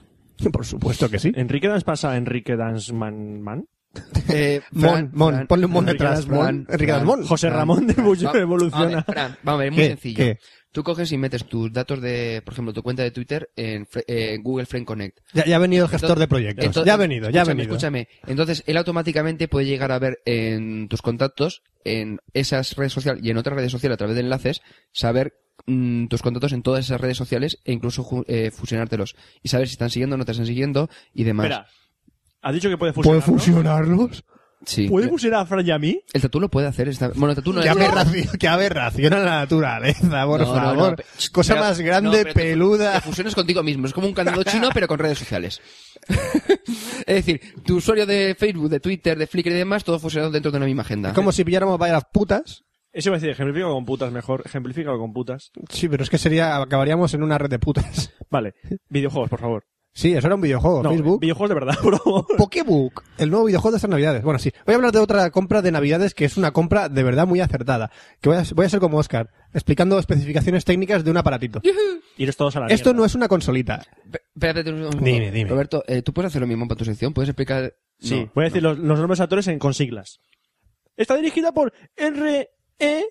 Por supuesto que sí.
¿Enrique Dance pasa a Enrique Dance Man Man? *laughs*
*laughs*
Eh,
Mon,
Fran,
Mon,
Fran,
ponle un Mon
Enrique
detrás.
Dasmón,
Mon, Enrique
Fran,
Dasmón.
José
Fran,
Ramón de
Fran,
Bullón
va-
evoluciona.
A ver, Fran, vamos a ver, muy
¿Qué?
sencillo.
¿Qué?
Tú coges y metes tus datos de, por ejemplo, tu cuenta de Twitter en Fre- eh, Google Friend Connect.
Ya, ya ha venido el gestor
Entonces-
de proyectos.
Entonces-
ya ha venido, ya ha
escúchame,
venido.
Escúchame, entonces él automáticamente puede llegar a ver en tus contactos, en esas redes sociales y en otras redes sociales a través de enlaces, saber mm, tus contactos en todas esas redes sociales e incluso ju- eh, fusionártelos y saber si están siguiendo o no te están siguiendo y demás.
Espera. ¿Has dicho que puede
¿Puede
fusionar?
fusionarlos?
Sí.
¿Puede fusionar a Fran y a mí?
El tatú lo puede hacer. Está... Bueno, el tatú no
Que
es-
aberración, *laughs* que aberración a la naturaleza, por
No, no,
favor.
no, pe-
Cosa
pero-
más
no,
grande,
pero te-
peluda.
Te fusionas contigo mismo. Es como un candado chino, pero con redes sociales. *laughs* es decir, tu usuario de Facebook, de Twitter, de Flickr y demás, todos fusionados dentro de una misma agenda.
Como si pilláramos vaya las putas.
Eso iba a decir, ejemplifica con putas mejor. Ejemplifica con putas.
Sí, pero es que sería, acabaríamos en una red de putas. *laughs*
Vale. Videojuegos, por favor.
Sí, eso era un videojuego.
No,
Facebook.
Videojuegos de verdad, *laughs* por favor.
Pokébook, el nuevo videojuego de estas navidades. Bueno, sí. Voy a hablar de otra compra de navidades que es una compra de verdad muy acertada. Que voy a, voy a ser como Oscar, explicando especificaciones técnicas de un aparatito.
Iros todos a la
Esto
mierda.
no es una consolita.
Pe- Espérate un segundo.
Dime, dime.
Roberto, eh, ¿tú puedes hacer lo mismo para tu sección? ¿Puedes explicar?
Sí,
No,
voy a decir los, los nombres de actores en, con siglas. Está dirigida por R.E.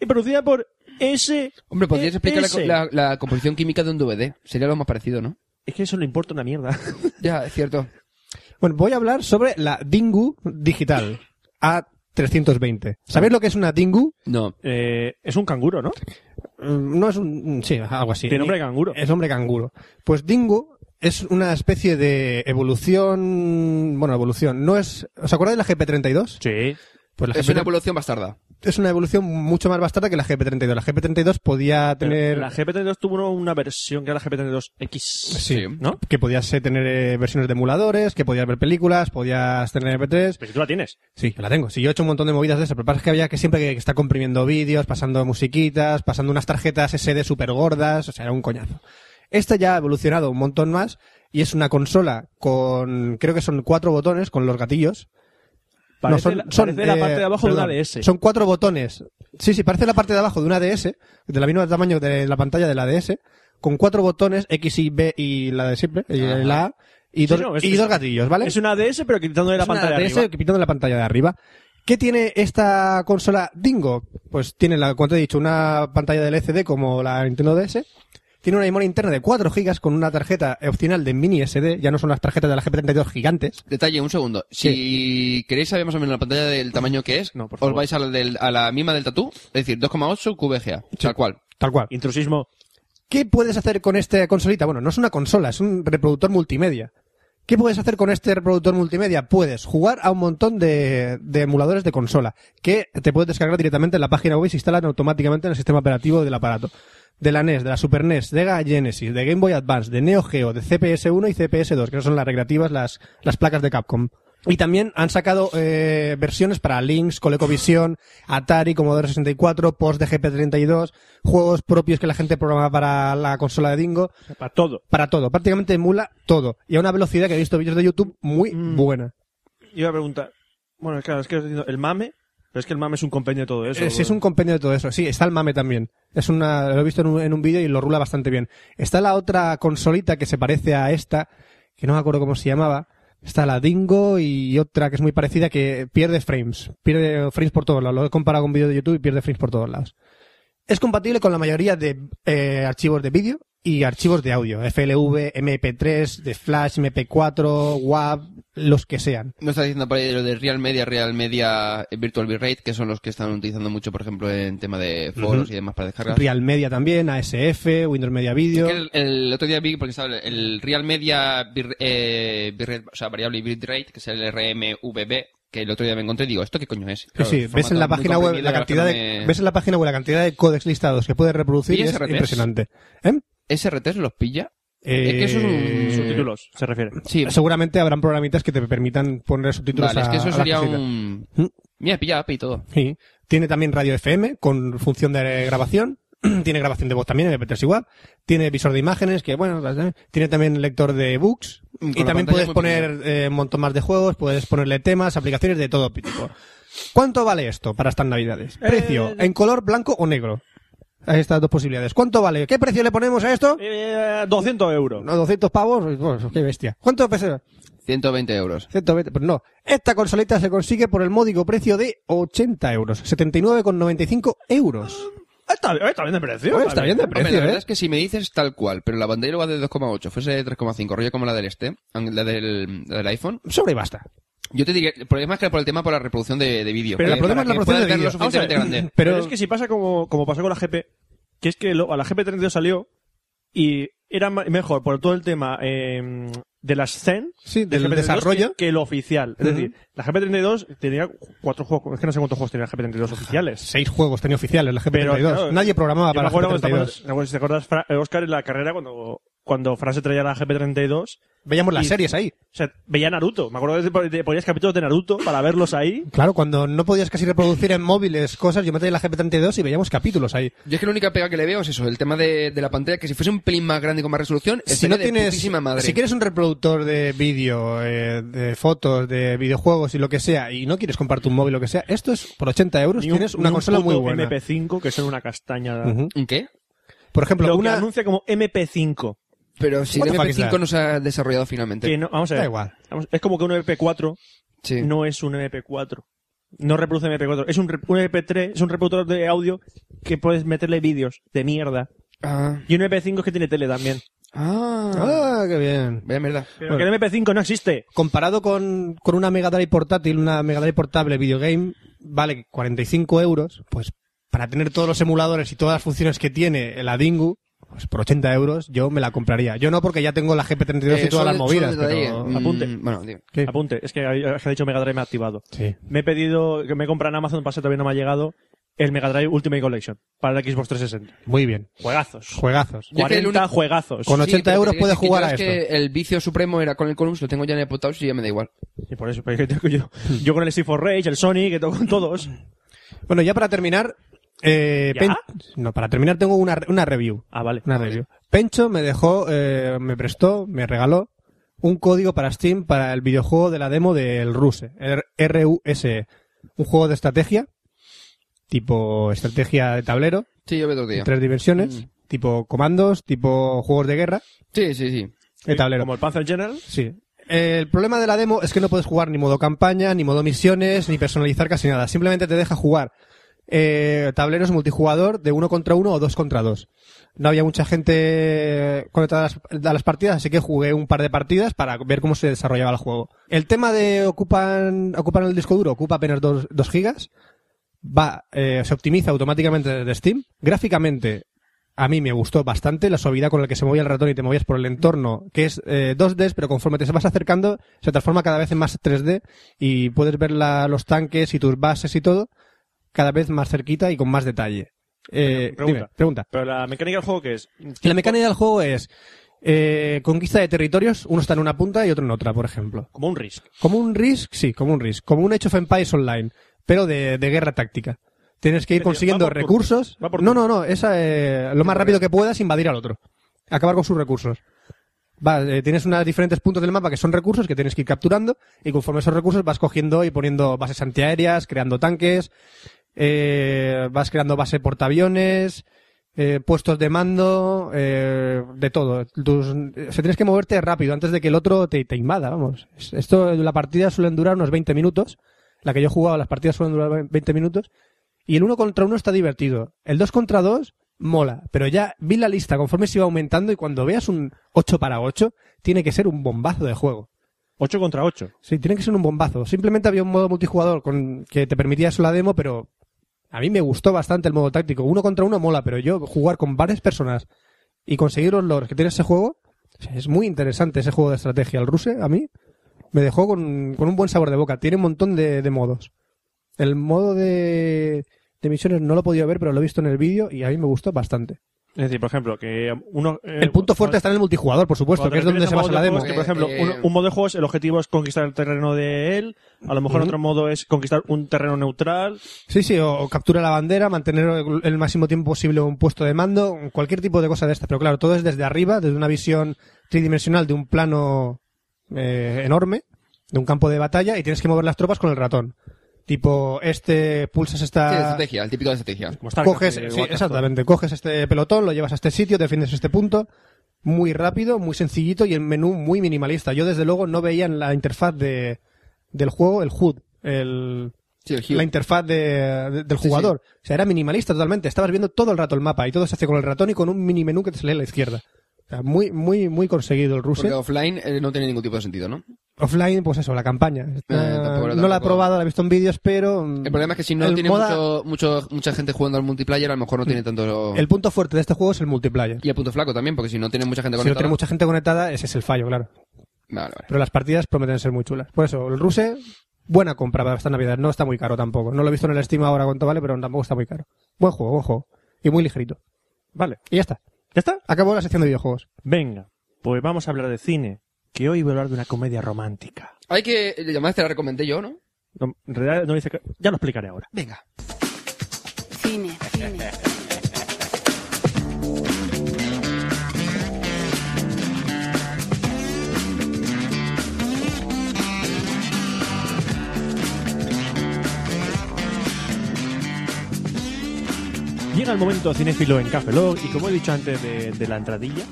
y producida por S.
Hombre, ¿podrías explicar la co-
S.
la, la composición química de un DVD? Sería lo más parecido, ¿no?
Es que eso le importa una mierda. *laughs*
Ya, es cierto.
Bueno, voy a hablar sobre la Dingu digital A320. ¿Sabéis lo que es una Dingu?
No.
Eh, es un canguro, ¿no?
Mm, No es un... mm, Sí, algo así.
Tiene nombre de canguro.
Es hombre canguro. Pues Dingo es una especie de evolución... Bueno, evolución. No es... ¿Os acordáis de la GP32?
Sí.
Pues la
Es una
GP32
evolución bastarda.
es una evolución mucho más bastarda que la GP32. La GP32 podía tener...
La GP32 tuvo una versión que era la GP32X.
Sí.
¿No?
Que podías eh, tener eh, versiones de emuladores, que podías ver películas, podías tener MP3.
Pero si tú la tienes.
Sí, la tengo. Sí, yo he hecho un montón de movidas de esas, pero pasa que había que siempre que estar comprimiendo vídeos, pasando musiquitas, pasando unas tarjetas SD super gordas, o sea, era un coñazo. Esta ya ha evolucionado un montón más y es una consola con, creo que son cuatro botones con los gatillos.
Parece,
No, son-
la-
son,
parece la
eh,
parte de abajo de
perdón,
una DS.
Son cuatro botones. Sí, sí, parece la parte de abajo de una DS, de la misma tamaño de la pantalla de la DS, con cuatro botones X y B y la de siempre, y
Ajá.
la A, y
Sí,
dos,
no, es-
y
es-
dos gatillos, ¿vale?
Es una DS, pero quitándole la
Es una
pantalla de
DS
arriba.
que pintan en la pantalla de arriba. ¿Qué tiene esta consola Dingo? Pues tiene, la, como te he dicho, una pantalla de LCD como la Nintendo DS. Tiene una memoria interna de 4 GB con una tarjeta opcional de mini SD. Ya no son las tarjetas de la GP32 gigantes.
Detalle, un segundo. Si queréis saber más o menos la pantalla del tamaño que es,
No, por
os
favor.
vais a la, del- a la misma del tatú, es decir, 2,8 QVGA, tal cual.
Tal cual.
Intrusismo.
¿Qué puedes hacer con esta consolita? Bueno, no es una consola, es un reproductor multimedia. ¿Qué puedes hacer con este reproductor multimedia? Puedes jugar a un montón de, de emuladores de consola que te puedes descargar directamente en la página web y se instalan automáticamente en el sistema operativo del aparato. De la NES, de la Super NES, de Sega Genesis, de Game Boy Advance, de Neo Geo, de CPS1 y CPS2, que son las recreativas, las, las placas de Capcom. Y también han sacado eh, versiones para Lynx, ColecoVision, Atari, Commodore 64, Post de GP32, juegos propios que la gente programa para la consola de Dingo,
Para todo.
para todo. Prácticamente emula todo. Y a una velocidad que he visto vídeos de YouTube muy
Mm.
buena.
yo iba a preguntar. Bueno, claro, es que estoy diciendo, el mame, pero es que el mame es un compendio de todo eso.
Eh, sí, es un compendio de todo eso. Sí, está el mame también. Es una, lo he visto en un, en un vídeo y lo rula bastante bien. Está la otra consolita que se parece a esta, que no me acuerdo cómo se llamaba. Está la Dingo y otra que es muy parecida que pierde frames. Pierde frames por todos lados. Lo he comparado con un vídeo de YouTube y pierde frames por todos lados. Es compatible con la mayoría de eh, archivos de vídeo y archivos de audio. FLV, MP3, de Flash, MP4, WAV, los que sean.
No está diciendo por ahí lo de Real Media, Real Media eh, Virtual Bitrate, que son los que están utilizando mucho, por ejemplo, en tema de foros
Ujú.
y demás para descargas.
Real Media también, ASF, Windows Media
Es
Video.
que el, el otro día vi, porque estaba el Real Media bir- eh, bitrate, o sea, Variable Bitrate, que es el RMVB, que el otro día me encontré y digo, ¿esto qué coño es? Claro,
sí, ves
formato
en la
muy
página web
comprimido,
la
la
cantidad
verdad
de,
no me-
ves en la página web la cantidad de codecs listados que puedes reproducir y
¿Y
es
SRTs?
impresionante. ¿Eh?
¿SRTs los pilla? Es que eso es un-
Subtítulos, se refiere.
Ah,
Sí,
Seguramente habrán programitas que te permitan poner subtítulos
vale,
a,
es que
a
eso
la
sería
cosita.
un...
¿Mm?
Mira, pilla API y todo.
Sí. Tiene también radio FM con función de grabación. *clears throat* tiene grabación de voz también, MP3 igual. Tiene visor de imágenes, que bueno, las- eh. tiene también lector de books.
Mm, Con
Y
la
también
pantalla
puedes
muy
poner eh, un montón más de juegos, puedes ponerle temas, aplicaciones de todo tipo. ¿Cuánto vale esto para estas navidades? Precio, en color blanco o negro. Hay estas dos posibilidades. ¿Cuánto vale? ¿Qué precio le ponemos a esto?
Eh, 200 euros.
¿No, 200 pavos? Pues, qué bestia. ¿Cuánto pesa?
120 euros.
120, pues no. Esta consoleta se consigue por el módico precio de 80 euros. 79,95 euros.
Ah, Está, bien- está bien de precio.
Oye, está bien de
Hombre,
precio,
la verdad
¿eh?
es que si me dices tal cual, pero la pantalla luego de 2,8 fuese de 3,5, rollo como la del este, la del, la del iPhone,
Sobre y basta.
yo te diría, por- más que por el tema, por la reproducción de, de vídeo.
Pero
que
el problema es
para
la
que
producción de
puedas
vídeo.
verlo
Vamos a ver.
suficientemente grande.
Pero,
Pero es que si pasa como, como pasó con la GP, que es que lo- a la GP32 salió y era ma- mejor por todo el tema eh, de las Zen,
sí,
del
del desarrollo.
Que, que lo oficial. Es
Ujú.
decir, la GP32 tenía cuatro juegos, es que no sé cuántos juegos tenía la GP32 oficiales.
Seis juegos tenía oficiales la GP32.
Pero, claro,
Nadie programaba
Yo me
Ah, para la
acuerdo cuando
GP32.
estábamos- si te acuerdas, Fra- eh, Oscar, en la carrera cuando, cuando Fran se traía la GP32,
Veíamos las
y-
series ahí.
o sea, veía Naruto. Me acuerdo que te ponías capítulos de Naruto para verlos ahí.
Claro, cuando no podías casi reproducir en móviles cosas, yo me traía la GP32 y veíamos capítulos ahí.
Yo es que la única pega que le veo es eso, el tema de, de la pantalla, que si fuese un pelín más grande y con más resolución,
Si
estaría
no
de
tienes,
putísima madre.
si quieres un reproductor de vídeo, eh, de fotos, de videojuegos y lo que sea, y no quieres comprar tu móvil o lo que sea, esto es por 80 euros
Ni un-
tienes
ni
una
un
consola muy
puto
buena.
MP5, que son una castaña.
Ujú.
¿Un qué?
Por ejemplo,
Lo que
una
anuncia como MP5.
Pero si
What
el
the fuck is that?
MP5 no se ha desarrollado finalmente.
Que no, vamos a
da
ver.
igual.
Vamos, es como que un MP4
Sí.
no es un MP4. No reproduce MP4. Es un, rep- un MP3, es un reproductor de audio que puedes meterle vídeos de mierda.
Ah,
Y un MP5 es que tiene tele también.
ah,
Ah, qué bien.
Vaya mierda.
Pero que el MP5 no existe.
Comparado con, con una Mega Drive portátil, una Mega Drive portable videogame, vale 45 euros, pues para tener todos los emuladores y todas las funciones que tiene la Dingu, pues por 80 euros yo me la compraría. Yo no, porque ya tengo la GP32
Eh,
y todas
solo-
las movidas,
solo detalle.
pero...
Mm,
Apunte.
bueno, digo.
¿Qué?
Apunte, es que hay- es que ha dicho Mega Drive me ha activado.
Sí.
Me he pedido, que me he comprado en Amazon, pasa todavía no me ha llegado, el Mega Drive Ultimate Collection para el Xbox 360.
Muy bien.
Juegazos.
Juegazos.
Yo es que el
40
único-
juegazos.
Con 80
pero
euros
que
puedes
te digo,
jugar a
es que el vicio supremo era con el Columns, lo tengo ya en apuntados y ya me da igual.
Y por eso, pero es que yo, yo con el Street for Rage, el Sonic, que tengo con todos.
Bueno, ya para terminar... Eh,
¿Ya?
Pen- No, para terminar tengo una, re- una review.
Ah, vale.
Una review. Pencho me dejó, eh, me prestó, me regaló un código para Steam para el videojuego de la demo del Ruse, er, el RUSE. E. Un juego de estrategia, tipo estrategia de tablero,
Sí, yo veo otro día.
en tres dimensiones,
Mm.
tipo comandos, tipo juegos de guerra,
Sí, sí, sí.
de tablero.
Como el Panzer General.
Sí. El problema de la demo es que no puedes jugar ni modo campaña, ni modo misiones, ni personalizar casi nada. Simplemente te deja jugar eh, tableros multijugador de uno contra uno o dos contra dos. No había mucha gente conectada a las, a las partidas, así que jugué un par de partidas para ver cómo se desarrollaba el juego. El tema de ocupan, ocupan el disco duro, ocupa apenas 2 gigas. Va, eh, se optimiza automáticamente desde Steam. Gráficamente, a mí me gustó bastante la suavidad con la que se movía el ratón y te movías por el entorno, que es eh, 2D, pero conforme te vas acercando se transforma cada vez en más 3D y puedes ver la- los tanques y tus bases y todo cada vez más cerquita y con más detalle. Eh,
Pregunta.
dime, pregunta.
Pero la mecánica del juego que es.
La mecánica del juego es eh, conquista de territorios, uno está en una punta y otro en otra, por ejemplo.
Como un Risk.
Como un Risk, sí, como un Risk. Como un Age of Empires Online, pero de, de guerra táctica. Tienes que ir
Pero
consiguiendo
va por
recursos.
turnos, va por
No, no,
turnos.
no. Esa, eh, lo más rápido que puedas, invadir al otro. Acabar con sus recursos. vas, eh, tienes unos diferentes puntos del mapa que son recursos que tienes que ir capturando y conforme esos recursos vas cogiendo y poniendo bases antiaéreas, creando tanques, eh, vas creando base portaaviones, eh, puestos de mando, eh, de todo. Tus, o sea, tienes que moverte rápido antes de que el otro te, te invada, vamos. Es- Esto, la partida suelen durar unos 20 minutos. La que yo jugaba, las partidas suelen durar 20 minutos. Y el uno contra uno está divertido. El dos contra dos mola. Pero ya vi la lista conforme se iba aumentando y cuando veas un 8 para 8, tiene que ser un bombazo de juego.
8 contra 8.
Sí, tiene que ser un bombazo. Simplemente había un modo multijugador con que te permitía eso la demo, pero a mí me gustó bastante el modo táctico. Uno contra uno mola, pero yo jugar con varias personas y conseguir los logros que tiene ese juego, o sea, es muy interesante ese juego de estrategia. El Ruse, a mí, me dejó con, con un buen sabor de boca. Tiene un montón de, de modos. El modo de, de misiones no lo he podido ver, pero lo he visto en el vídeo y a mí me gustó bastante.
Es decir, por ejemplo, que uno... eh,
El punto fuerte
cuando-
está en el multijugador, por supuesto,
cuando
que es
te
donde
refieres
se
a
basa
modo
la
de
demo.
juegos, que, por ejemplo,
Eh,
un, un modo de juego es el objetivo es conquistar el terreno de él, a lo mejor
Ujú.
otro modo es conquistar un terreno neutral,
Sí, sí, o, o captura la bandera, mantener el, el máximo tiempo posible un puesto de mando, cualquier tipo de cosa de estas. Pero claro, todo es desde arriba, desde una visión tridimensional de un plano eh, enorme, de un campo de batalla, y tienes que mover las tropas con el ratón. Tipo, este, pulsas
Sí,
esta...
estrategia, el típico de estrategia.
como Starcraft,
coges,
eh,
sí,
Warcraft.
exactamente, coges este pelotón, lo llevas a este sitio, defiendes este punto, muy rápido, muy sencillito y el menú muy minimalista. Yo desde luego no veía en la interfaz de, del juego el HUD, el,
Sí, el
la
Hue.
interfaz de- de- del
Sí,
jugador. O sea, era minimalista totalmente. Estabas viendo todo el rato el mapa y todo se hace con el ratón y con un mini menú que te sale a la izquierda. O sea, muy, muy, muy conseguido el Ruse.
Porque offline eh, no tiene ningún tipo de sentido, ¿no?
Offline, pues eso, la campaña. Está-
Eh, tampoco,
no la he
tampoco.
probado, la he visto en vídeos, pero... mm,
El problema es que si no
el
tiene
moda- Mm.
mucho, mucho, mucha gente jugando al multiplayer, a lo mejor no tiene tanto...
El punto fuerte de este juego es el multiplayer.
Y el punto flaco también, porque si no tiene mucha gente
Si no
conectada...
tiene mucha gente conectada, ese es el fallo, claro.
Vale, vale.
Pero las partidas prometen ser muy chulas. Por eso, el Ruse, buena compra para esta Navidad. No está muy caro tampoco. No lo he visto en el Steam ahora cuánto vale, pero tampoco está muy caro. Buen juego, buen juego. Y muy ligerito.
Vale,
Y ya está.
¿ya está?
Acabó la sección de videojuegos.
Venga, pues vamos a hablar de cine, que hoy voy a hablar de una comedia romántica.
Hay que... La llamada te la recomendé yo, ¿no?
No, en realidad no dice que... Ya lo explicaré ahora.
Venga.
Cine, cine.
Llega el momento cinéfilo en Café Lock y como he dicho antes de, de la entradilla,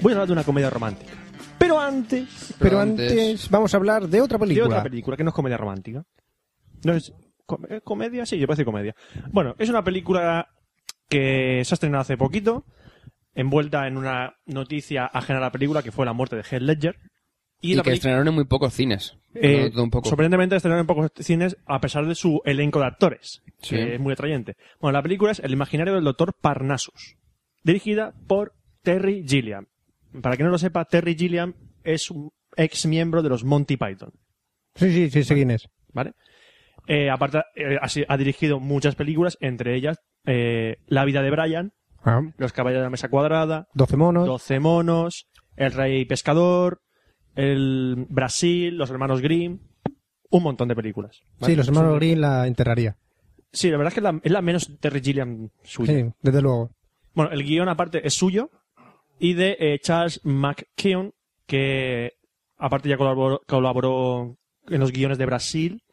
voy a hablar de una comedia romántica. Pero antes
Pero
Pero
antes,
antes
vamos a hablar de otra
de
película.
otra película que no es comedia romántica. No es com- ¿es comedia, sí, yo parece comedia. Bueno, es una película que se ha estrenado hace poquito, envuelta en una noticia ajena a la película que fue la muerte de Heath Ledger.
Y,
la
que
peli-
estrenaron en muy pocos cines.
Eh,
Todo un poco.
Sorprendentemente estrenaron en pocos cines a pesar de su elenco de actores,
Sí.
que es muy atrayente. Bueno, la película es El imaginario del doctor Parnassus, dirigida por Terry Gilliam. Para quien no lo sepa, Terry Gilliam es un ex miembro de los Monty Python,
Sí, sí, sí, sé quién es.
¿vale? Eh, aparte, eh, ha, si- ha dirigido muchas películas, entre ellas eh, La vida de Brian,
Ah.
Los caballeros de la mesa cuadrada,
12 monos.
12 monos, El rey pescador, El Brasil, Los hermanos Grimm, un montón de películas. ¿vale?
Sí, los hermanos Green la enterraría.
Sí, la verdad es que es la, es la menos Terry Gilliam suya.
Sí, desde luego.
Bueno, el guión aparte es suyo y de eh, Charles McKeown, que aparte ya colaboró, colaboró en los guiones de Brasil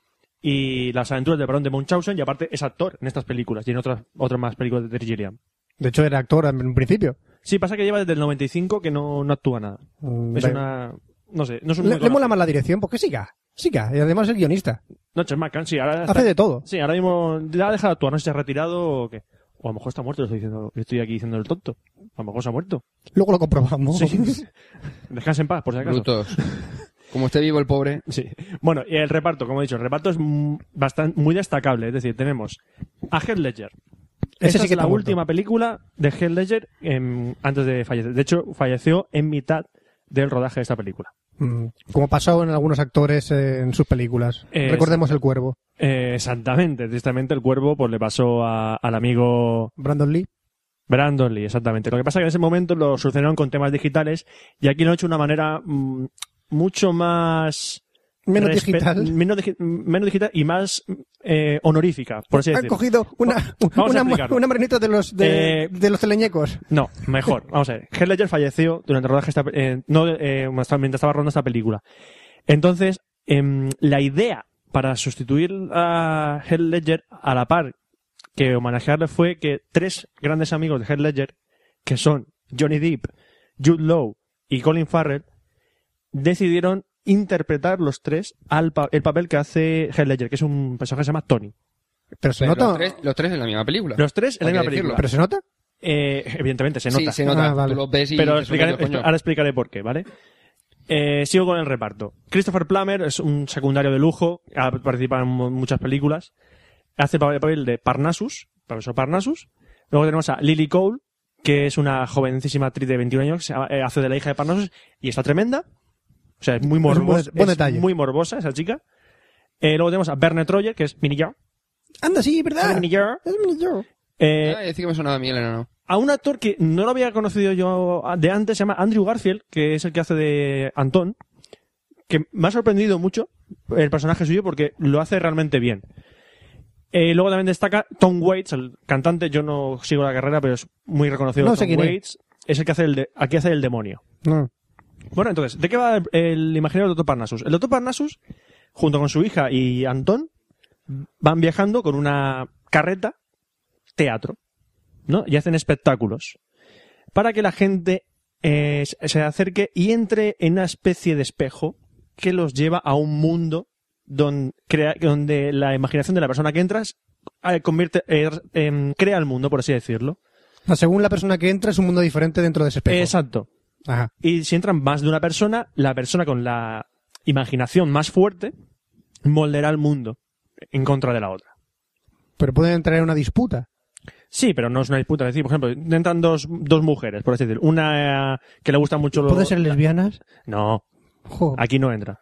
y las aventuras del barón de Munchausen y aparte es actor en estas películas y en otras, otras más películas de Terry Gilliam.
De hecho, era actor en un principio.
Sí, pasa que lleva desde el 95 que no, no actúa nada.
Mm,
Es
da-
una... No sé, no es un...
Le,
muy
le mola
conocido.
más la dirección, porque siga. Siga. Y además es guionista.
No, Charles McKeown, sí, ahora está-
Hace de todo.
Sí, ahora mismo ya ha dejado de actuar, no sé si se ha retirado o qué. O a lo mejor está muerto, lo estoy, diciendo, estoy aquí diciendo el tonto. A lo mejor se ha muerto.
Luego lo comprobamos. *laughs*
Sí. Descansa en paz, por si acaso.
Brutos. Como esté vivo el pobre...
Sí. Bueno, y el reparto, como he dicho, el reparto es bastante, muy destacable. Es decir, tenemos a Heath Ledger.
Ese
Esa
sí
es
que
la
está muerto.
última película de Heath Ledger em, antes de fallecer. De hecho, falleció en mitad del rodaje de esta película.
Mm, Como pasó en algunos actores eh, en sus películas.
Eh,
Recordemos El Cuervo.
Eh, exactamente. Tristemente, el cuervo pues, le pasó a- al amigo
Brandon Lee.
Brandon Lee, exactamente. Lo que pasa es que en ese momento lo solucionaron con temas digitales y aquí lo han hecho de una manera mm, mucho más
Menos
respe-
digital.
Menos, digi- menos digital y más eh, honorífica, por así
Han
decirlo.
cogido una,
a
una,
explicarlo.
una marioneta de los, de,
Eh,
de los teleñecos.
No,
*laughs*
mejor. Vamos a ver. Heath Ledger falleció durante el rodaje, esta- eh, no, eh, bueno, estaba- mientras estaba rodando esta película. Entonces, em, la idea para sustituir a Heath Ledger a la par que homenajearle fue que tres grandes amigos de Heath Ledger, que son Johnny Depp, Jude Law y Colin Farrell, decidieron interpretar los tres al pa- el papel que hace Heath Ledger, que es un personaje que se llama Tony.
Pero se
Pero
nota.
los, tres, los tres en la misma película.
Los tres en la
Hay que
misma
decirlo.
película.
Pero se nota.
Eh, evidentemente, se
Sí,
nota.
se nota.
Ah, vale.
Tú los ves y
pero
dices,
explicaré-
"Coño, coño".
ahora explicaré por qué, ¿vale? Eh, sigo con el reparto. Christopher Plummer es un secundario de lujo, ha participado en mu- muchas películas. Hace pa- el papel de Parnassus, profesor Parnassus. Luego tenemos a Lily Cole, que es una jovencísima actriz de 21 años, que se llama- eh, hace de la hija de Parnassus y está tremenda. O sea, es muy
buen-
morbosa.
buen detalle.
muy morbosa esa chica. Eh, luego tenemos a Bernet Troyer, que es Minnie Jar.
Anda, sí, ¿verdad?
Minnie Jar.
Es mini yo.
Eh,
Ah, decir que me sonaba a mí el enano.
a un actor que no lo había conocido yo de antes, se llama Andrew Garfield, que es el que hace de Antón, que me ha sorprendido mucho el personaje suyo porque lo hace realmente bien. Eh, luego también destaca Tom Waits, el cantante, yo no sigo la carrera, pero es muy reconocido
No
Tom
sé quién es.
Waits. Es el que hace el, de- aquí hace el demonio.
No.
Bueno, entonces, ¿de qué va el, el imaginario del Dr. Parnassus? El Dr. Parnassus, junto con su hija y Antón, van viajando con una carreta, teatro, ¿no? Y hacen espectáculos. Para que la gente eh, se- se acerque y entre en una especie de espejo que los lleva a un mundo don- crea- donde la imaginación de la persona que entras eh, convierte, eh, em, crea el mundo, por así decirlo.
No, Según la persona que entra, es un mundo diferente dentro de ese espejo.
Exacto.
Ajá.
Y si entran más de una persona, la persona con la imaginación más fuerte moldeará el mundo en contra de la otra.
Pero pueden entrar en una disputa.
Sí, pero no es una disputa. Es decir, por ejemplo, entran dos, dos mujeres, por así decir. Una eh, que le gusta mucho los...
¿Pueden ser lesbianas?
No,
Jo.
aquí no entra.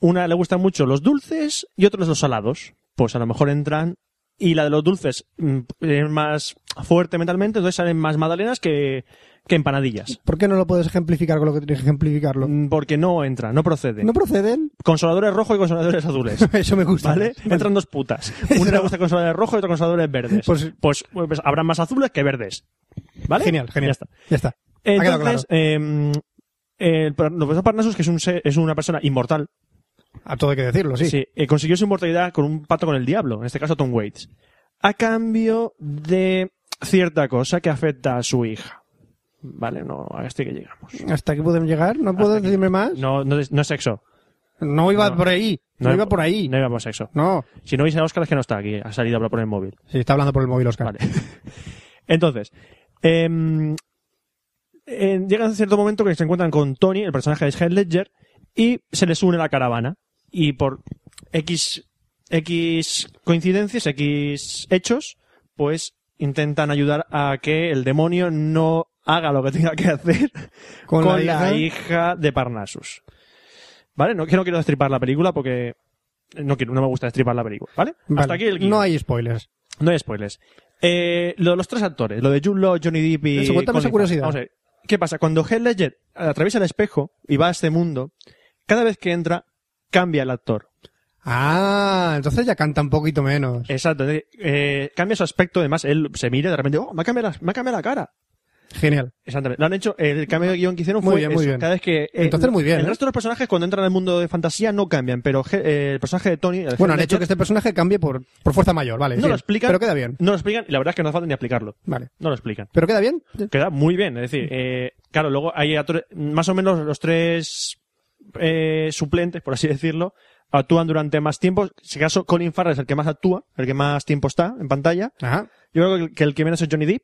Una le gustan mucho los dulces y otros los salados. Pues a lo mejor entran... Y la de los dulces mm, es más fuerte mentalmente, entonces salen más magdalenas que, que empanadillas.
¿Por qué no lo puedes ejemplificar con lo que tienes que ejemplificarlo?
Mm, Porque no entra, no procede.
¿No proceden? *laughs*
Consoladores rojos y consoladores azules.
Eso me gusta.
¿Vale? Entran dos putas. Una le gusta consoladores rojos y otra consoladores verdes.
Pues-
Pues, pues habrá más azules que verdes. ¿Vale?
Genial, genial.
Ya está.
Ya está. Ha quedado
Entonces, eh, el pro- el profesor Parnassus, que es, un, se- es una persona inmortal,
A todo hay que decirlo, sí.
sí, eh, consiguió su inmortalidad con un pacto con el diablo, en este caso Tom Waits, a cambio de cierta cosa que afecta a su hija. ¿Vale? No, a este que llegamos.
Hasta aquí podemos llegar. ¿No puedo decirme más?
No, no, es- no es sexo.
No iba
No.
por ahí. No,
No
iba
es-
por ahí.
No iba por sexo.
No.
Si no veis a Oscar es que no está aquí, ha salido a hablar por el móvil.
Sí, está hablando por el móvil, Oscar.
Vale. *laughs* Entonces, em, eh, llegan a cierto momento que se encuentran con Tony, el personaje de Heath Ledger, y se les une la caravana. Y por X, X coincidencias, X hechos, pues intentan ayudar a que el demonio no haga lo que *laughs* tenga que hacer
Con, la, hija-
hija de Parnassus. ¿Vale? No, que no quiero destripar la película porque no, quiero, no me gusta destripar la película. ¿Vale?
Vale.
Hasta aquí el guión.
No hay spoilers.
No hay spoilers. Eh, lo de los tres actores, lo de Jude Law, Johnny Depp y.
Eso, cuéntame
Colin
esa
Farrell.
curiosidad.
Vamos a ver. ¿Qué pasa? Cuando Heath Ledger atraviesa el espejo y va a este mundo, cada vez que entra, cambia el actor.
Ah, entonces ya canta un poquito menos.
Exacto. es decir, eh, cambia su aspecto, además, él se mira y de repente, oh, me ha cambiado la, me ha cambiado la cara.
Genial.
Exactamente. Lo han hecho, el cambio de guión que hicieron
Muy
fue
bien, muy
eso,
bien.
cada vez que. eh,
Entonces, muy bien,
El
¿eh?
resto de los personajes, cuando entran al mundo de fantasía, no cambian, pero He- eh, el personaje de Tony. el
Bueno,
Heath
han hecho que
Ledger,
este personaje cambie por, por fuerza mayor, vale.
No
sí.
lo explican.
Pero queda bien.
No lo explican, y la verdad es que no hace falta ni aplicarlo.
Vale.
No lo explican.
¿Pero queda bien?
queda muy bien. Es decir, eh, claro, luego hay actores- más o menos los tres eh, suplentes, por así decirlo, actúan durante más tiempo. Si acaso Colin Farrell es el que más actúa, el que más tiempo está en pantalla.
Ajá.
Yo creo que el- que el que menos es Johnny Depp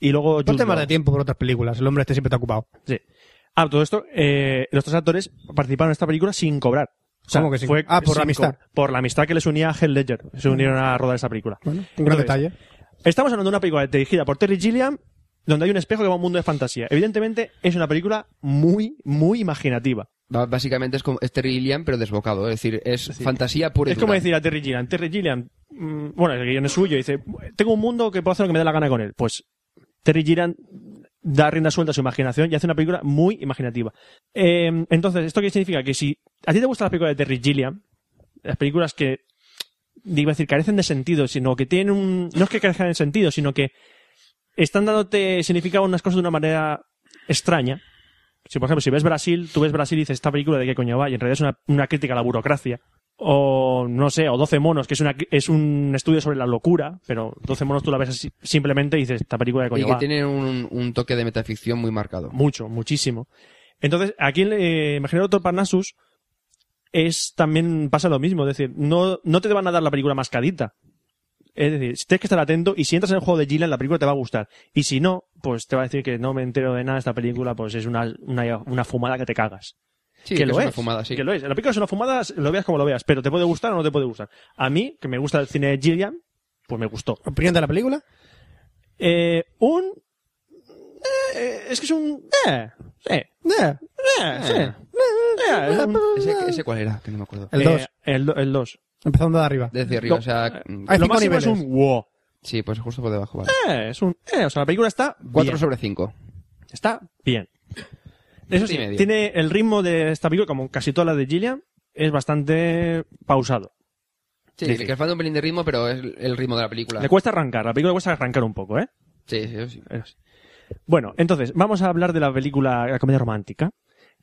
y luego
Por
Jude
temas
Law.
de tiempo por otras películas. El hombre este siempre está ocupado.
Sí. Ah, todo esto, eh, los tres actores participaron en esta película sin cobrar. O sea,
¿Cómo que sin-
fue
ah, por
sin
la amistad.
co- Por la amistad que les unía a Heath Ledger. Se unieron a rodar esa película.
Bueno, un gran
Entonces,
detalle.
Estamos hablando de una película dirigida por Terry Gilliam, donde hay un espejo que va a un mundo de fantasía. Evidentemente, es una película muy, muy imaginativa.
Ba- Básicamente es, como, es Terry Gilliam, pero desbocado. Es decir, es
Sí.
fantasía pura y
es como
dura.
decir a Terry Gilliam, Terry Gilliam, mm, bueno, el guion es suyo, dice, tengo un mundo que puedo hacer lo que me dé la gana con él. Pues Terry Gilliam da rienda suelta a su imaginación y hace una película muy imaginativa. Eh, entonces, ¿esto qué significa? Que si a ti te gustan las películas de Terry Gilliam, las películas que, digo decir, carecen de sentido, sino que tienen un... No es que carezcan de sentido, sino que están dándote significado unas cosas de una manera extraña. Si, por ejemplo, si ves Brasil, tú ves Brasil y dices, esta película de qué coño va, y en realidad es una, una crítica a la burocracia. O, no sé, o 12 monos, que es, una, es un estudio sobre la locura, pero 12 monos tú la ves así, simplemente y dices, esta película de coño
y que
va.
tiene un, un toque de metaficción muy marcado.
Mucho, muchísimo. Entonces, aquí en eh, Imaginario Doctor Parnassus es también pasa lo mismo, es decir, no, no te van a dar la película mascadita. Es decir, tienes que estar atento y si entras en el juego de Gillian, la película te va a gustar. Y si no, pues te va a decir que no me entero de nada esta película, pues es una, una, una fumada que te cagas.
Sí,
que, lo
es
es,
una fumada, sí.
que lo es. La película es una fumada, lo veas como lo veas, pero te puede gustar o no te puede gustar. A mí, que me gusta el cine de Gillian, pues me gustó.
¿Opinión de la película?
Eh, un. eh, es que es un. Eh, eh,
Eh,
eh, sí. Eh, es un-
¿Ese, ese cuál era? Que no me acuerdo.
Ah. El
eh,
2.
el do- El 2.
Empezando de arriba.
Desde arriba,
no.
o sea... mm,
Hay
Lo
cinco
máximo
niveles.
es un wow.
Sí, pues justo por debajo, vale.
Eh, es un. Eh, o sea, la película está. Bien.
4 sobre 5.
Está bien. Eso sí,
Y medio.
tiene el ritmo de esta película, como casi toda la de Gillian, es bastante pausado.
Sí,
Difícil.
que le falta un pelín de ritmo, pero es el el ritmo de la película.
Le cuesta arrancar, la película le cuesta arrancar un poco, ¿eh?
Sí, sí, sí.
Eso sí. Bueno, entonces, vamos a hablar de la película La comedia romántica.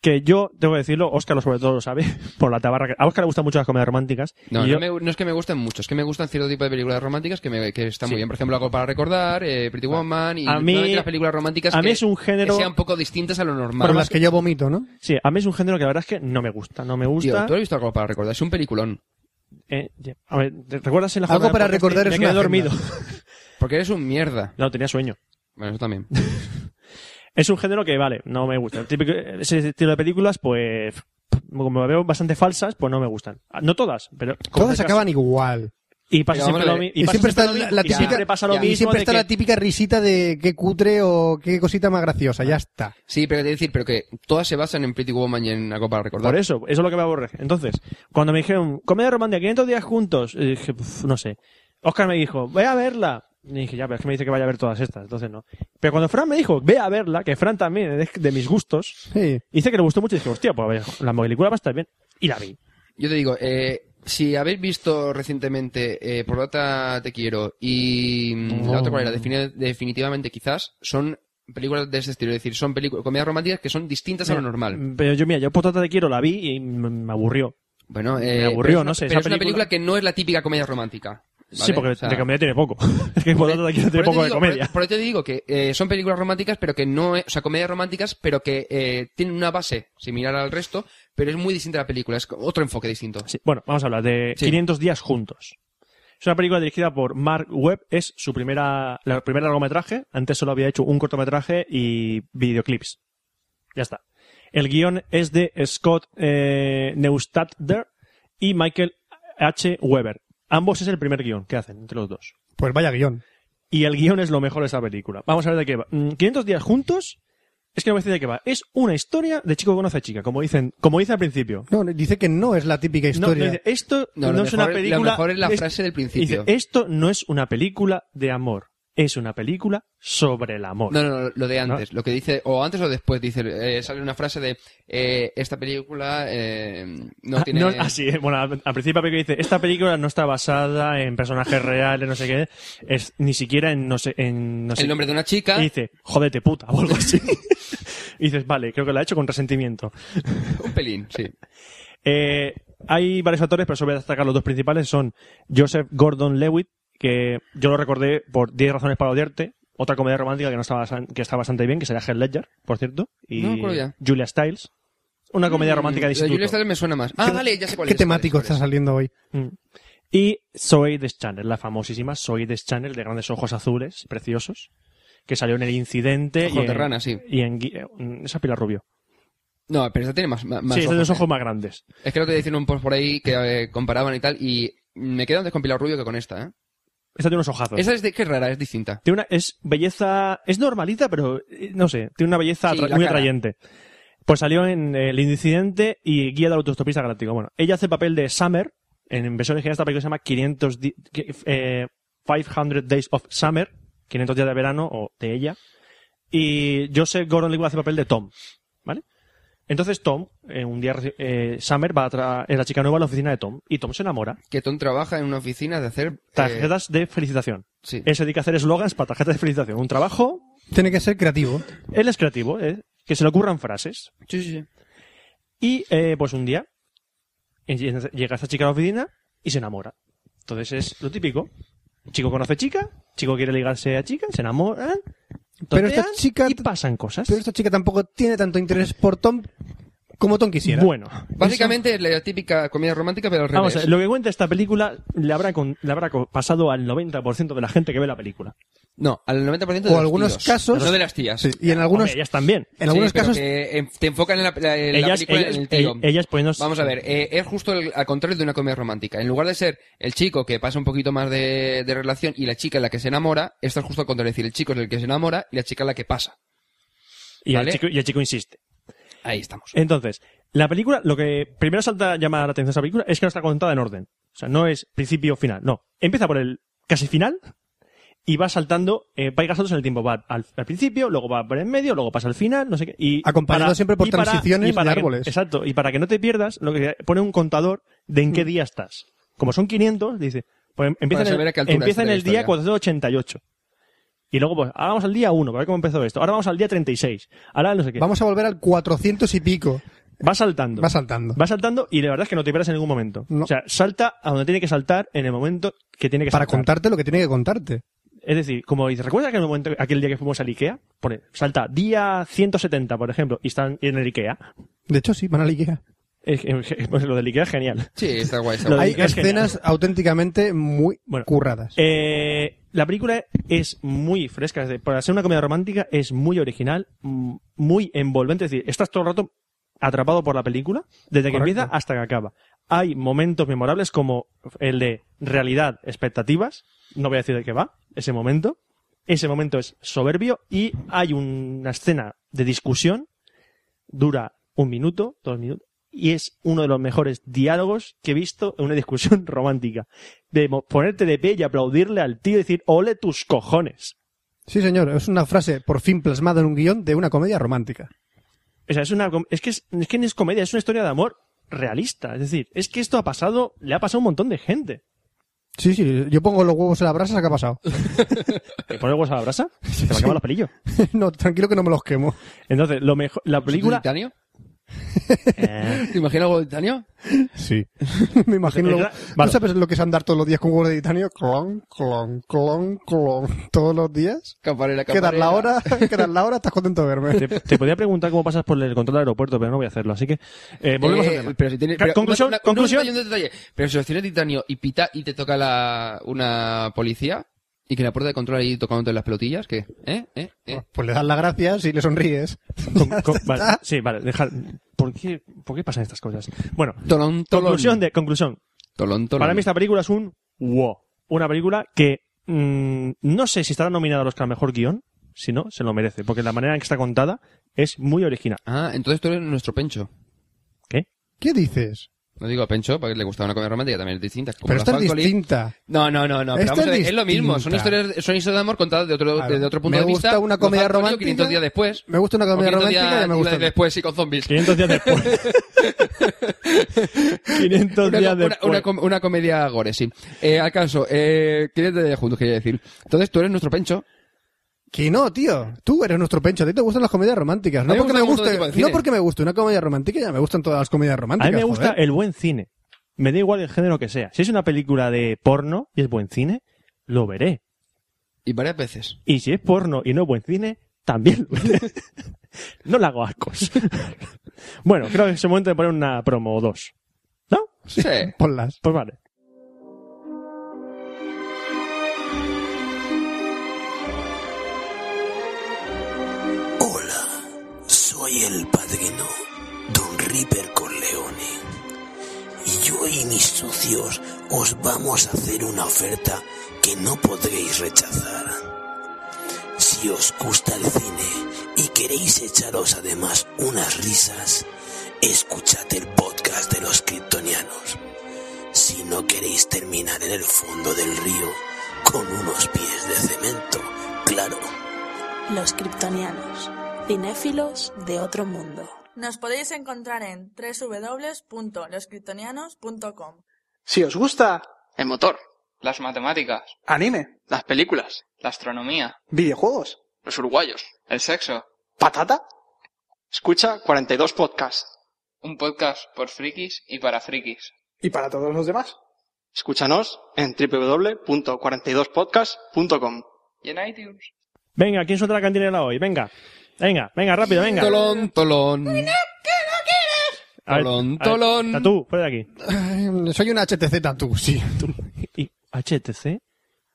Que yo, tengo que decirlo, Óscar lo sobre todo lo sabe, *laughs* por la tabarra. que- A Óscar le gustan mucho las comedias románticas.
No,
y
no,
yo-
me- no es que me gusten mucho, es que me gustan cierto tipo de películas románticas que, me- que están
Sí.
muy bien. Por ejemplo, algo para recordar, eh, Pretty Woman y
A mí-
normalmente las películas románticas
a mí
que,
es un género-
que sean un poco distintas a lo normal.
Por las que yo vomito, ¿no?
Sí, a mí es un género que la verdad es que no me gusta. No me
Tío,
gusta.
tú has visto algo para recordar, es un peliculón.
Eh, ya. a ver, ¿te ¿recuerdas en la
Algo
jornada
para
de podcast?
recordar
Me
es
quedé
una
dormido. *laughs*
Porque eres un mierda.
No, tenía sueño.
Bueno, eso también.
Es un género que, vale, no me gusta. El típico- ese estilo de películas, pues, como veo bastante falsas, pues no me gustan. Ah, No todas, pero... como
Todas
es el
acaban igual.
caso. Y pasa
Pero vamos
siempre
a
lo
ver,
mismo.
Y, eh, siempre está la, la
y
típica,
siempre pasa lo
ya,
y
mismo
siempre
de
está
que-
la típica risita de qué cutre o qué cosita más graciosa. Ya está.
Sí, pero te decir, pero que todas se basan en Pretty Woman y en algo para recordar.
Por eso, eso es lo que me aborrece. Entonces, cuando me dijeron, comedia romántica, 500 días juntos, y dije, "Pf, no sé. Oscar me dijo, ve a verla. Y dije, ya, pero es que me dice que vaya a ver todas estas, entonces no. Pero cuando Fran me dijo, ve a verla, que Fran también es de mis gustos,
Sí.
dice que le gustó mucho y dije, hostia, pues a ver, la película va a estar bien. Y la vi.
Yo te digo, eh, si habéis visto recientemente eh, Por Data Te Quiero y mm, la otra cual era, Defini- definitivamente quizás, son películas de ese estilo. Es decir, son películas, comedias románticas que son distintas a lo normal.
Pero yo, mira, yo por trata de quiero la vi y me me aburrió.
Bueno, eh,
me aburrió,
pero es una-
no sé,
Pero
esa
es una película
película
que no es la típica comedia romántica. ¿vale?
sí, porque
O sea,
de comedia tiene poco. *laughs* es que por trata de quiero tiene
por eso
poco
te
de
digo-
comedia.
Por, por eso te digo que eh, son películas románticas, pero que no, es- o sea, comedias románticas, pero que eh, tienen una base similar al resto, pero es muy distinta a la película, es otro enfoque distinto.
Sí, bueno, vamos a hablar de
Sí.
500 días juntos. Es una película dirigida por Mark Webb, es su primera, la primer largometraje. Antes solo había hecho un cortometraje y videoclips. Ya está. El guión es de Scott eh, Neustadter y Michael H. Weber. Ambos es el primer guión que hacen entre los dos.
Pues vaya guión.
Y el guión es lo mejor de esa película. Vamos a ver de qué va. Mm, 500 días juntos. Es que no voy a decir de qué va. Es una historia de chico que conoce a chica, como dicen, como dice al principio.
No, dice que no es la típica
No,
historia.
no dice, esto
No,
no,
lo
es
mejor-
una
lo
película.
mejor es la
es-
frase del principio.
Dice, esto no es una película de amor. Es una película sobre el amor.
No, no, no, lo de antes, lo que dice, o antes o después, dice, eh, sale una frase de, eh, esta película eh, no
Ah,
tiene...
no- ah, sí, eh, bueno, al, al principio que dice, esta película no está basada en personajes reales, no sé qué, es ni siquiera en no sé, en no sé
el nombre de una chica,
Y dice, jódete puta, o algo así. *laughs* y dices, vale, creo que la ha hecho con resentimiento.
un pelín, sí.
Eh, hay varios actores, pero solo voy a destacar los dos principales. Son Joseph Gordon-Lewitt, que yo lo recordé por 10 razones para odiarte. Otra comedia romántica que no está, basa- que está bastante bien, que sería Heath Ledger, por cierto. Y
No me acuerdo ya. Mm,
Julia Stiles. Una comedia romántica de
La Julia
instituto.
Stiles me suena más. Ah, vale, ya sé cuál
¿Qué
es, cuál
temático
es, cuál
está saliendo hoy?
Mm. Y Zoe Deschanel, la famosísima Zoe Deschanel, de grandes ojos azules, preciosos, que salió en El Incidente.
Ojos
y
de
en,
rana, sí.
Y en... Gui- eh, mm, Esa pila rubio.
es. No, pero esta tiene más, más
sí, es de los
ojos,
ojos más grandes.
eh. Es que lo que decían un post por ahí que eh, comparaban y tal, y me queda antes con Pilar Rubio que con esta, ¿eh?
Esta tiene unos ojazos.
Esa es, de, que es rara, es distinta.
Tiene una, es belleza, es normalita, pero eh, no sé, tiene una belleza
Sí,
atra-
la
muy
cara.
atrayente. Pues salió en eh, El Incidente y Guía del Autostopista Galáctico. Bueno, ella hace el papel de Summer, en versión original esta película se llama 500, di- que- eh, 500 Days of Summer, 500 días de verano, o de ella. y Joseph Gordon-Levitt hace papel de Tom, ¿vale? Entonces Tom, eh, un día, reci- eh, Summer va a tra- es la chica nueva a la oficina de Tom y Tom se enamora.
Que Tom trabaja en una oficina de hacer... eh,
Tarjetas de felicitación.
sí.
Él se dedica a hacer eslogans para tarjetas de felicitación. Un trabajo,
Tiene que ser creativo.
él es creativo, ¿eh? que se le ocurran frases.
Sí, sí, sí.
Y eh, pues un día eh, llega esta chica a la oficina y se enamora. Entonces es lo típico. Chico conoce chica, chico quiere ligarse a chica, se enamoran,
Pero esta
totean
chica-
y pasan cosas.
Pero esta chica tampoco tiene tanto interés por Tom como Tom quisiera.
Bueno,
Básicamente es la típica comedia romántica, pero al revés.
vamos a ver, lo que cuenta esta película le habrá, con- le habrá co- pasado al 90% de la gente que ve la película.
No, al 90% de
O
los
algunos
tíos.
casos-
No de las tías.
Sí, y en algunos,
Hombre, ellas también.
en algunos
Sí, pero
casos
que, eh, te enfocan en la, la- en la
ellas,
película
ellas-
en el tío.
ell- ellas pues poniéndose-
Vamos a ver, eh, es justo el- al contrario de una comedia romántica. En lugar de ser el chico que pasa un poquito más de, de relación y la chica en la que se enamora, esto es justo al contrario. Es decir, el chico es el que se enamora y la chica es la que pasa.
Y,
¿vale?
el chico, y el chico insiste.
Ahí estamos.
Entonces, la película, lo que primero salta a llamar la atención de esta película es que no está contada en orden. O sea, no es principio final, no. Empieza por el casi final y va saltando, eh, va a ir saltos en el tiempo. Va al, al principio, luego va por en medio, luego pasa al final, no sé qué. Y
Acompañado siempre por
y para-
transiciones
y para
de
que-
árboles.
exacto. Y para que no te pierdas, lo que pone un contador de
Mm.
en qué día estás. Como son 500, dice, pues empieza
Para
en
saber a
el,
qué altura
empieza en
está la
el día
historia.
488. Y luego, pues, ahora vamos al día 1, para ver cómo empezó esto. Ahora vamos al día 36. Ahora no sé
*laughs*
qué.
vamos a volver al 400 y pico.
va saltando.
Va saltando.
Va saltando y la verdad es que no te pierdas en ningún momento.
No.
O sea, salta a donde tiene que saltar en el momento que tiene que
para
saltar.
contarte lo que tiene que contarte.
Es decir, como dices, ¿recuerdas aquel, momento, aquel día que fuimos al IKEA? Pone, salta día 170, por ejemplo, y están en el IKEA.
De hecho, sí, van a la Ikea.
Es que- pues lo del IKEA es genial.
Sí, está guay. Está
Lo
guay.
Hay
Ikea es
escenas auténticamente muy
Bueno.
curradas.
Eh, la película es muy fresca. es decir, Para ser una comedia romántica es muy original, mm, muy envolvente. Es decir, estás todo el rato atrapado por la película, desde que
Correcto.
empieza hasta que acaba. Hay momentos memorables como el de realidad, expectativas. No voy a decir de qué va ese momento. Ese momento es soberbio y hay una escena de discusión. Dura un minuto, dos minutos. Y es uno de los mejores diálogos que he visto en una discusión *laughs* romántica de mo- ponerte de pie y aplaudirle al tío y decir, ole tus cojones.
Sí, señor, es una frase por fin plasmada en un guión de una comedia romántica.
O sea, es una, com- es que es, es que no es comedia, es una historia de amor realista. Es decir, es que esto ha pasado, le ha pasado a un montón de gente.
Sí, sí, yo pongo los huevos en la brasa, ¿qué ha pasado? *laughs*
¿Te pones huevos a la
*laughs*
brasa? Se te va a acabar los pelillos.
no, tranquilo que no me los quemo. *laughs*
Entonces, lo mejor, la
Pues
película,
¿Titanio?
eh,
¿Te imaginas algo de titanio?
Sí. Me imagino.
Eh,
lo-
gra-
¿Tú
vale.
sabes lo que es andar todos los días con huevos de titanio? Clon, clon, clon, clon. Todos los días.
Campanera,
Quedar la
campanera.
hora, *laughs* quedar la hora, estás contento de verme.
te, te podía preguntar cómo pasas por el control del aeropuerto, pero no voy a hacerlo. Así que, eh, volvemos
Eh,
al tema.
Pero si tiene,
Ca-
pero-
conclusión,
una- una-
conclusión.
un detalle, un detalle. Pero si los tiene titanio y pita y te toca la, una policía y que la puerta de control ahí tocándote las pelotillas, ¿qué? ¿Eh? ¿Eh?
Oh.
¿Eh?
Pues le das las gracias y le sonríes.
Con- con- vale,
*laughs*
sí, vale, dejar. ¿Por qué, ¿Por qué pasan estas cosas? Bueno,
Tolón, tolón.
conclusión de, conclusión.
Tolón, tolón.
Para mí esta película es un wow. Una película que mm, no sé si estará nominada al Oscar a mejor guión. Si no, se lo merece. Porque la manera en que está contada es muy *laughs* original.
Ah, entonces tú eres nuestro pencho.
¿Qué dices?
No digo pencho, porque le gustaba una comedia romántica, también es distinta. Como
Pero
la
esta es
Falcoli.
distinta.
No, no, no, no. pero
Esta
vamos a ver,
es
es, lo mismo. Son
distinta.
historias, son historias de amor contadas de otro,
Claro.
desde otro punto
Me
de vista.
gusta una
Los
comedia
Falcoli,
romántica.
500 días después.
Me gusta una
O
comedia
500
romántica
días
y me gusta.
después, sí, con zombies.
*laughs* 500 días después. 500
Una,
días
una-
después.
una com- una comedia gore, sí. Eh, al caso, eh, 500 días juntos, quería decir. Entonces tú eres nuestro pencho.
Que no, tío. Tú eres nuestro pencho. A ti te gustan las comedias románticas. No
A mí me
porque me
gusta un montón
guste,
de tipo de
no
cine.
porque me guste una comedia romántica, ya me gustan todas las comedias
a
románticas.
mí me gusta
joder.
el buen cine. Me da igual el género que sea. Si es una película de porno y es buen cine, lo veré.
Y varias veces.
Y si es porno y no es buen cine, también lo veré. *laughs* no le hago ascos. *laughs* bueno, creo que es el momento de poner una promo o dos. ¿No?
*laughs*
Sí.
Ponlas.
Pues vale.
Hola, soy el padrino Don Ripper Corleone. Y yo y mis socios os vamos a hacer una oferta que no podréis rechazar. Si os gusta el cine y queréis echaros además unas risas, escuchad el podcast de los kryptonianos. Si no queréis terminar en el fondo del río con unos pies de cemento, claro
Los Kryptonianos, cinéfilos de otro mundo.
Nos podéis encontrar en www.loscriptonianos.com.
Si os gusta
El motor, las matemáticas,
anime,
las películas, la astronomía,
videojuegos,
los uruguayos, el sexo.
patata, escucha 42 podcasts.
Un podcast por frikis y para frikis.
Y para todos los demás, escúchanos en www.42podcast.com.
Y en iTunes.
Venga, ¿quién suelta la cantinela hoy? Venga. Venga, venga, rápido, venga.
Tolón, tolón.
A ver,
Tolón,
a ver,
tolón.
Tatú, fuera de aquí.
Soy un HTC Tatú, sí.
Y- HTC.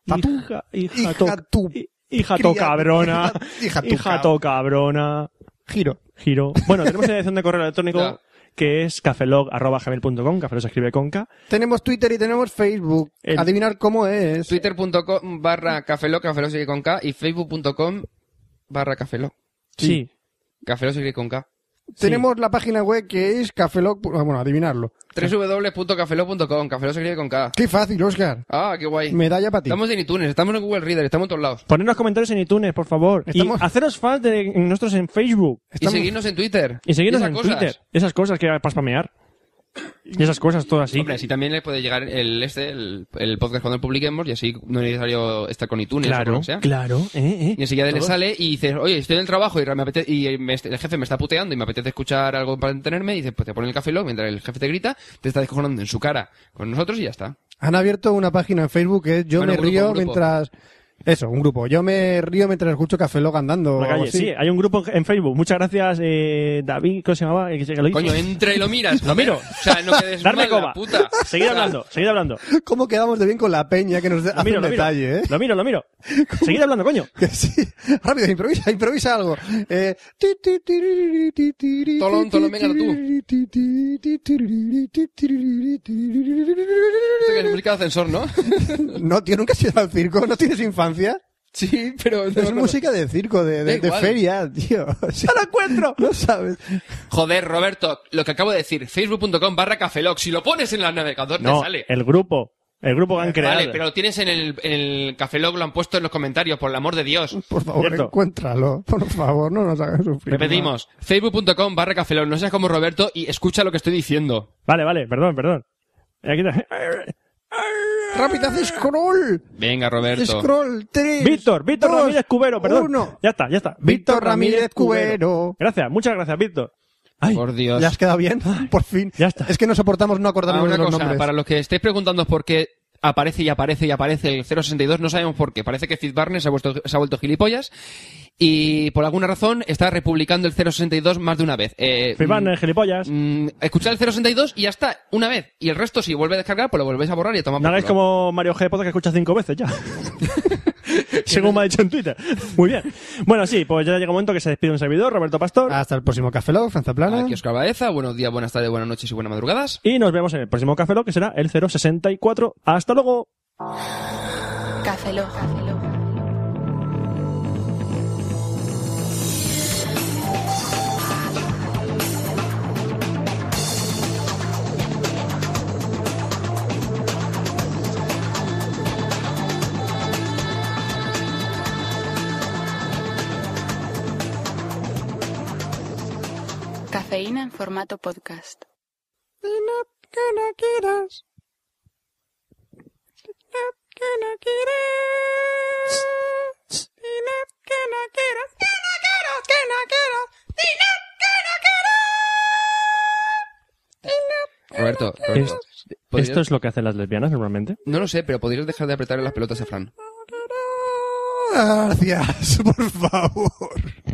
Tatú.
Hija, hija,
Hija
to-
tú.
hi- hija to
*laughs*
Cría-
cabrona.
Hija tú,
Hija to cabrona.
Giro.
Giro. Bueno, tenemos una dirección de correo electrónico
Ya.
que es cafelog.gmail.com. Cafelog se escribe con K.
Tenemos Twitter y tenemos Facebook.
El-
Adivinar cómo es.
Twitter.com barra cafelo, cafelo sigue con K y facebook.com barra cafelo.
Sí.
Cafelo sigue con K.
Tenemos la página web que es cafelog... ah, Bueno, adivinarlo.
www.cafelo.com, cafelo se escribe con K.
Qué fácil, Oscar.
Ah, qué guay.
Medalla para ti.
Estamos en iTunes, estamos en Google Reader, estamos en todos lados.
Ponernos comentarios en iTunes, por favor.
Estamos-
Y haceros fans de en nuestros en Facebook.
Y seguirnos en Twitter.
Y seguirnos
esas
en
cosas.
Twitter. Esas cosas que para spamear. Y esas cosas todas así.
Hombre, así también les puede llegar el este, el, el podcast cuando lo publiquemos y así no es necesario estar con iTunes o
Claro,
lo que sea.
claro. ¿eh? ¿eh?
Y enseguida le
Todo.
sale y dices, oye, estoy en el trabajo y, me apete- y me- el jefe me está puteando y me apetece escuchar algo para entretenerme. Y dices, pues te pone el café log mientras el jefe te grita, te está descojonando en su cara con nosotros y ya está.
Han abierto una página en Facebook que es Yo
Bueno,
me
un grupo,
río
un grupo.
mientras... Eso, un grupo. Yo me río mientras escucho Cafelog andando.
Por la
o algo
calle.
así.
Sí, hay un grupo en Facebook. Muchas gracias, eh, David, ¿cómo se llamaba? Eh, que lo hizo.
Coño, entra y lo miras.
*laughs* Lo miro.
O sea, no quedes
Darme
mal, la
coba.
puta.
*laughs* Seguid
O sea,
hablando, seguid hablando.
¿Cómo quedamos de bien con la peña que nos da-
Lo
hace
miro,
un
lo miro.
detalle, eh?
Lo miro, lo miro. Seguid hablando, coño.
Que sí. Rápido, improvisa, improvisa algo. Eh, ti, ti, ti, ri, ri, ti, ti, ri,
Tolón,
ti,
tolón,
ti,
venga, tú.
ri, ti, ti, ti, ti, ri, ti, ti, ri, ti, ri, ri,
Esto que es música de ascensor,
*laughs*
¿no?
No, tío, nunca has ido al circo, ¿no tienes infancia?
sí, pero... no me
Es
acuerdo.
música de circo, de,
Da
de, de
igual.
*laughs*
feria, tío. ¡No encuentro! No sabes.
Joder, Roberto, lo que acabo de decir, facebook.com barra cafelog. Si lo pones en el navegador,
No,
te sale.
el grupo. El grupo que han creado.
Vale, pero lo tienes en el, en el cafelog, lo han puesto en los comentarios, por el amor de Dios.
Por favor,
Cierto.
encuéntralo. Por favor, no nos hagas sufrir.
Repetimos, facebook.com barra cafelog. No seas como Roberto y escucha lo que estoy diciendo.
Vale, vale, perdón, perdón. Aquí está.
¡Rápido, haz scroll!
Venga, Roberto.
¡Scroll! ¡Tres!
Víctor, Víctor
dos,
Ramírez Cubero, perdón.
uno.
Ya está, ya está.
Víctor Ramírez Cubero.
Gracias, muchas gracias, Víctor. Ay,
Por Dios.
¿Ya has quedado bien? Por fin.
Ya está.
Es que no soportamos no
Ah,
acordarnos
una
de los
cosa,
nombres.
para los que estéis preguntando por qué aparece y aparece y aparece el 062, no sabemos por qué. Parece que Fitz Barnes se ha, vuelto, se ha vuelto gilipollas y por alguna razón está republicando el 062 más de una vez. Eh,
Fibán, el gilipollas.
mm, escuchad el 062 y ya está, una vez. Y el resto, si vuelve a descargar, pues lo volvéis a borrar y a tomar
No
por
hagáis
culo.
como Mario G. Potter que escucha cinco veces ya. Según me ha dicho en Twitter. Muy bien. Bueno, sí, pues ya llega un momento que se despide un servidor, Roberto Pastor.
Ah.
Hasta el próximo Café Log, Franza Plana.
Aquí Oscar Baeza, buenos días, buenas tardes, buenas noches y buenas madrugadas.
Y nos vemos en el próximo Café Lock, que será el 064. ¡Hasta luego!
Café Lock.
Cafeína en formato podcast.
que no quieras. que no quieras. que no quieras. que no quieras. que no quieras. que no
Roberto, Roberto, ¿podrías-
¿Esto es lo que hacen las lesbianas normalmente?
no lo sé, pero podrías dejar de apretar las pelotas a Fran.
*laughs* Gracias, por favor.